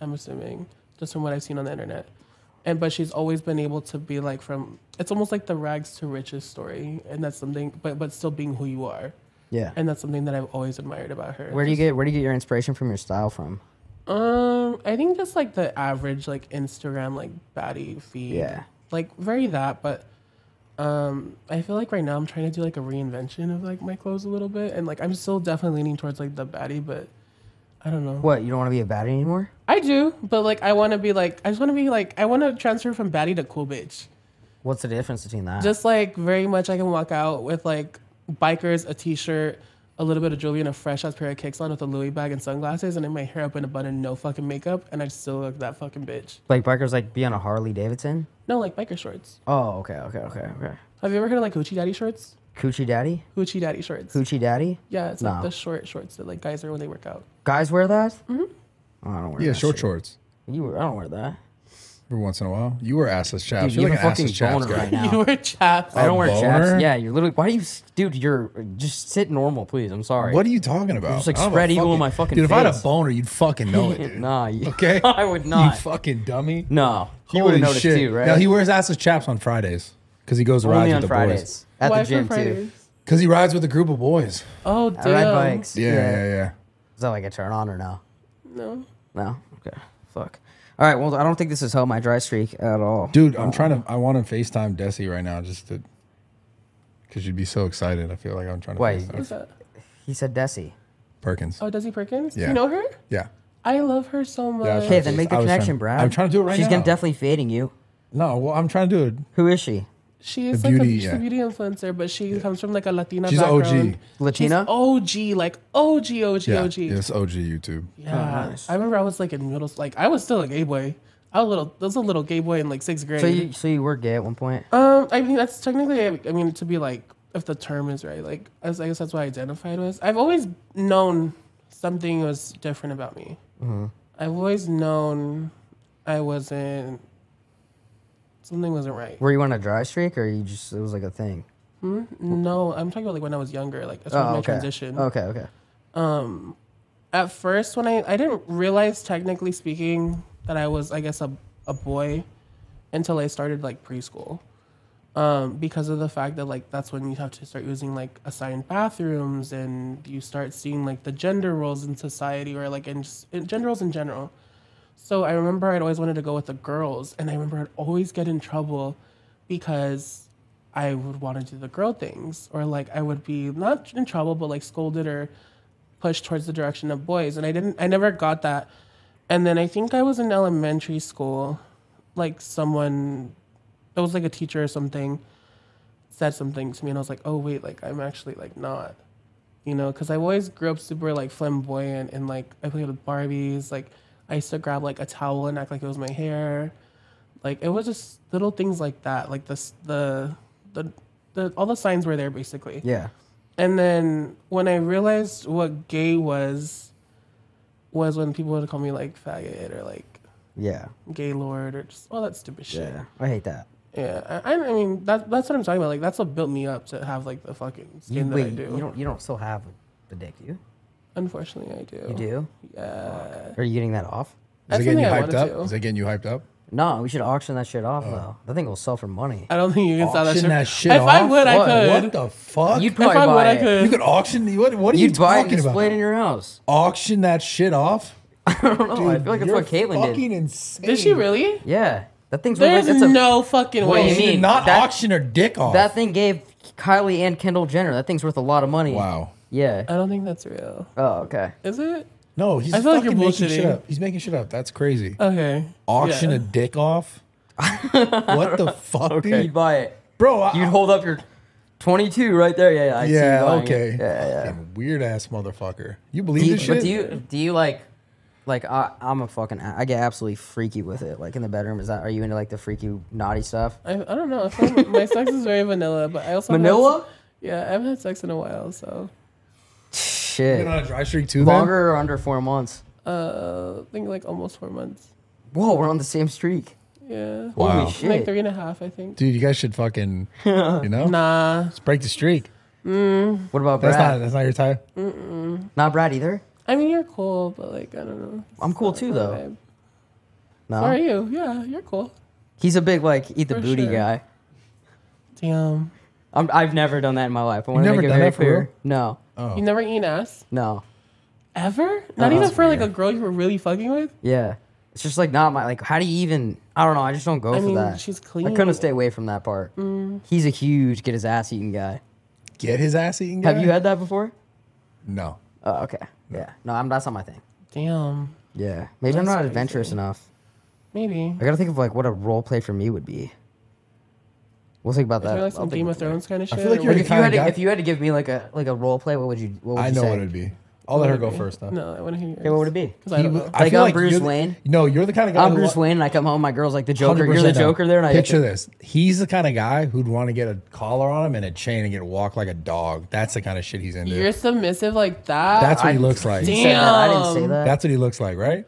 D: I'm assuming just from what I've seen on the internet. And but she's always been able to be like from it's almost like the rags to riches story, and that's something. But but still being who you are,
B: Yeah.
D: and that's something that I've always admired about her.
B: Where do you get where do you get your inspiration from your style from?
D: Um, I think just like the average like Instagram like baddie feed.
B: Yeah.
D: Like very that, but um, I feel like right now I'm trying to do like a reinvention of like my clothes a little bit, and like I'm still definitely leaning towards like the baddie, but I don't know.
B: What, you don't want to be a baddie anymore?
D: I do, but like I want to be like I just want to be like I want to transfer from baddie to cool bitch.
B: What's the difference between that?
D: Just like very much, I can walk out with like bikers, a t-shirt, a little bit of jewelry, and a fresh ass pair of kicks on with a Louis bag and sunglasses, and then my hair up in a bun and no fucking makeup, and I still look that fucking bitch.
B: like bikers like be on a Harley Davidson?
D: No, like biker shorts.
B: Oh, okay, okay, okay, okay.
D: Have you ever heard of like Gucci Daddy shorts?
B: Coochie daddy?
D: Gucci Daddy shorts.
B: Coochie daddy?
D: Yeah, it's
B: No.
D: like the short shorts that like guys wear when they work out.
B: Guys wear that? Mm-hmm. I don't wear
C: Yeah,
B: that
C: short
B: shit.
C: shorts.
B: You I don't wear that.
C: every once in a while. You were assless chaps.
B: Dude, you
C: You're like
B: have
C: an
B: a fucking
C: assless chaps
B: boner
C: guy.
B: right now.
D: <laughs> You were chaps.
B: I don't wear
C: boner?
B: chaps. Yeah, you're literally. Why do you, s- dude? You're just sit normal, please. I'm sorry.
C: What are you talking about?
B: just like
C: I have a
B: spread eagle in my fucking
C: Dude, if I had a
B: face.
C: boner, you'd fucking
B: <laughs>
C: know it, dude.
B: Nah. You,
C: <laughs> Okay?
B: <laughs> I would not.
C: You fucking dummy.
B: no. He
C: Holy
B: would notice
C: shit.
B: too, right?
C: Now he wears assless chaps on Fridays because he goes rides
B: only
C: with
B: on
C: the
B: Fridays
C: boys.
B: at
D: Why
B: the gym
D: for
B: too.
D: Fridays?
C: Because he rides with a group of boys.
D: Oh,
B: I
D: damn.
B: ride bikes.
C: Yeah, yeah, yeah.
B: Is that like a turn on or no?
D: No.
B: No. Okay. Fuck. All right. Well, I don't think this has helped my dry streak at all.
C: Dude, I'm trying to. I want to Facetime Desi right now just to. Because you'd be so excited. I feel like I'm trying to.
B: Wait.
C: FaceTime.
D: Who's that?
B: He said Desi.
C: Perkins.
D: Oh, Desi Perkins?
C: Yeah.
D: You know her?
C: Yeah.
D: I love her so much.
C: Yeah,
B: Okay, then make the
C: I was trying-
B: connection, Brad.
C: I'm trying to do it right
B: She's
C: now.
B: gonna definitely fading you.
C: No, well, I'm trying to do it.
B: Who is she?
D: She is
C: The
D: like
C: beauty,
D: a, she's
C: yeah.
D: a beauty influencer, but she comes from like a Latina
C: She's a OG.
D: background.
B: Latina?
D: She's OG, like OG, OG,
C: Yeah,
D: OG.
C: it's OG YouTube.
B: Oh,
D: Yeah. I remember I was like in middle, like I was still a gay boy. I was a little, I was a little gay boy in like sixth grade.
B: So you, so you were gay at one point.
D: um, I mean that's technically, I mean to be like, if the term is right, like I was- I guess that's what I identified as. I've always known something was different about me.
B: Mm-hmm.
D: I've always known I wasn't, something wasn't right.
B: Were you on a dry streak, or you just it was like a thing?
D: No, I'm talking about like when I was younger, like that's when
B: Oh,
D: my
B: okay.
D: transition.
B: Okay, okay.
D: At first, when I I didn't realize technically speaking that I was I guess a a boy until I started like preschool, um, because of the fact that like that's when you have to start using like assigned bathrooms and you start seeing like the gender roles in society or like in, just- in gender roles in general. So I remember I'd always wanted to go with the girls, and I remember I'd always get in trouble because I would want to do the girl things, or like I would be not in trouble, but like scolded or pushed towards the direction of boys. And I didn't, I never got that. And then I think I was in elementary school, like someone, it was like a teacher or something, said something to me, and I was like, oh wait, like I'm actually like not. You know, because I always grew up super like flamboyant and like I played with Barbies. Like I used to grab like a towel and act like it was my hair like it was just little things like that like this the the, the all the signs were there basically
B: Yeah.
D: and then when i realized what gay was was when people would call me like faggot or like
B: Yeah.
D: gaylord or just all that stupid shit
B: Yeah. I hate that.
D: yeah i, I mean that, that's what i'm talking about like that's what built me up to have like the fucking skin
B: You,
D: that i
B: wait,
D: do
B: you don't you don't still have the dick, do you?
D: unfortunately i do
B: You do?
D: yeah
B: Are you getting that off?
C: Is
D: that's
C: it getting
D: something
C: you
D: i
C: hyped
D: wanted
C: up?
D: to
C: Is it getting you hyped up?
B: No, we should auction that shit
C: Oh.
B: off though. That thing will sell for money.
D: i don't think you can sell that shit,
C: Auction that shit
D: if i
C: off?
D: would
B: What?
D: i
C: What
D: could
C: the fuck?
B: You'd
C: You'd,
D: if
B: probably
D: i
B: buy
D: would i
B: it.
D: could
C: you could auction. What, what are you
B: You'd buy it and
C: talking
B: display it in
C: about?
B: your house.
C: Auction that shit <laughs> off?
B: I don't know. I feel like that's
C: You're
B: what Caitlyn
C: fucking
B: did.
C: insane.
D: did she really
B: Yeah. That thing's worth
D: There's
B: like, that's
D: no fucking
B: What do
D: way.
B: you
C: She did
B: mean?
C: not
B: That-
C: auction her dick off.
B: a, that thing gave Kylie and Kendall Jenner. That thing's worth a lot of money.
C: wow.
B: Yeah.
D: I don't think that's real.
B: Oh, okay.
D: Is it?
C: No, he's
D: I feel like
C: fucking
D: you're
C: making shit
D: bullshitting.
C: up. He's making shit up. That's crazy.
D: Okay.
C: auction
D: Yeah.
C: a dick <laughs> off? what the fuck,
B: You'd
C: dude?
B: buy it.
C: Bro, I,
B: You'd hold up your 22 right there. Yeah, yeah. I see you
C: Yeah,
B: buying it.
C: okay.
B: Yeah, yeah.
C: Fucking Weird ass motherfucker. You believe
B: Do you,
C: this shit?
B: but do you do you like like I, I'm a fucking I get absolutely freaky with it. Like in the bedroom, is that are you into like the freaky naughty stuff?
D: I, I don't know. I feel like my sex is very vanilla, but I also haven't had-
B: Vanilla?
D: yeah, I haven't had sex in a while, so
C: Been
B: Shit,
C: on a dry streak too, man?
B: longer or under four months?
D: uh, I think like almost four months.
B: Whoa, we're on the same streak.
D: Yeah,
C: Wow.
B: Holy shit!
D: like three and a half, I think.
C: Dude, you guys
B: <laughs>
C: should fucking, you know,
D: Nah,
C: just break the streak.
B: What about
C: That's
B: Brad?
C: not that's not your time.
B: Not, Brad either.
D: I mean you're cool, but like I don't know.
B: I'm cool too though.
D: Vibe.
B: No,
D: How
B: Oh.
D: are you? Yeah, you're cool.
B: he's a big like eat the
D: For
B: booty
D: sure.
B: guy.
D: Damn,
B: I'm, I've never done that in my life. I want to
C: never
B: make it
C: done
B: very
C: that for real?
B: clear. No,
C: Oh.
D: you never eaten ass
B: no,
D: ever? Not even
B: that's
D: for like a girl you were really fucking with.
B: yeah. It's just like not my like. How do you even? I don't know. I just don't go
D: I
B: for
D: mean,
B: that.
D: she's
B: I
D: clean. Mm.
B: couldn't stay away from that part. He's a huge get his ass eaten guy.
C: Get his ass eaten.
B: Have
C: guy?
B: you had that before?
C: No.
B: Oh, okay. Yeah. No, I'm, that's not my thing.
D: Damn,
B: Yeah. Maybe I'm
D: That's
B: not adventurous enough.
D: maybe.
B: I gotta think of like what a role play for me would be. We'll think about
D: I
B: that.
D: feel like
B: I'll
D: some
B: think
D: Game of
B: about that.
D: Thrones kind of shit.
C: feel like
D: or
C: you're
B: Like
C: the
B: if you
C: kinda
B: had to,
C: guy-
B: if you had to give me like a like a role play, what would you what would
C: I
B: you
C: know
B: say?
C: what it'd be. I'll let her go first though.
D: No, I want to hear yours.
B: Okay, what would it be?
D: Because I don't
C: He-
D: know.
B: Like,
C: feel
B: I'm Bruce
C: you're the-
B: Wayne?
C: no, you're the kind of guy.
B: I'm
C: who
B: Bruce
C: wa-
B: Wayne and I come home, my girl's like the Joker. You're the
C: 100% no.
B: Joker there, and I
C: picture
B: that.
C: this. He's the kind of guy who'd want to get a collar on him and a chain and get walked like a dog. That's the kind of shit he's into.
D: You're submissive like that.
C: that's what
B: I-
C: he looks like.
D: Damn.
B: Said that, I didn't say that.
C: That's what he looks like, right?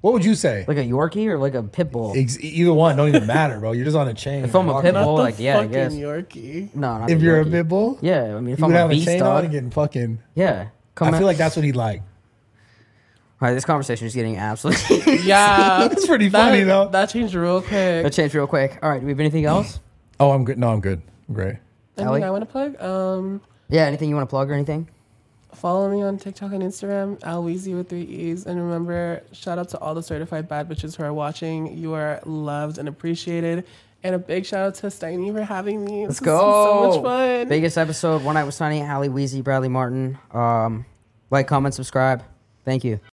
E: What would you say?
B: Like a Yorkie or like a pit bull?
E: Ex- either one don't even matter, bro. You're just on a chain.
B: If I'm a
E: Walking-
B: pit bull,
D: the
B: like yeah, I
D: fucking
B: guess. <laughs>
D: Yorkie.
B: No, not
E: if you're a
B: Yorkie.
E: pit bull,
B: Yeah, I mean, if
E: you
B: I'm
E: would
B: a
E: have a
B: beast
E: chain on and
B: dog,
E: getting fucking.
B: yeah. Come
E: I feel
B: at-
E: like that's what he'd like.
B: All right, this conversation is getting absolutely. <laughs>
D: Yeah,
E: That's pretty
D: that-
E: funny though.
D: That changed real quick.
B: that changed real quick. All right, do we have anything else?
C: Oh, I'm good. No, I'm good. I'm great.
D: Anything
B: Allie?
D: I want to plug? Um,
B: Yeah, anything you want to plug or anything?
D: follow me on TikTok and Instagram, Alweezy with three E's, and remember, shout out to all the certified bad bitches who are watching. You are loved and appreciated, and a big shout out to Steiny for having me.
B: Let's
D: This was
B: go.
D: So much fun.
B: Biggest episode. One night with Sunny, Hallie Weezy, Bradley Martin. Um, like, comment, subscribe. Thank you.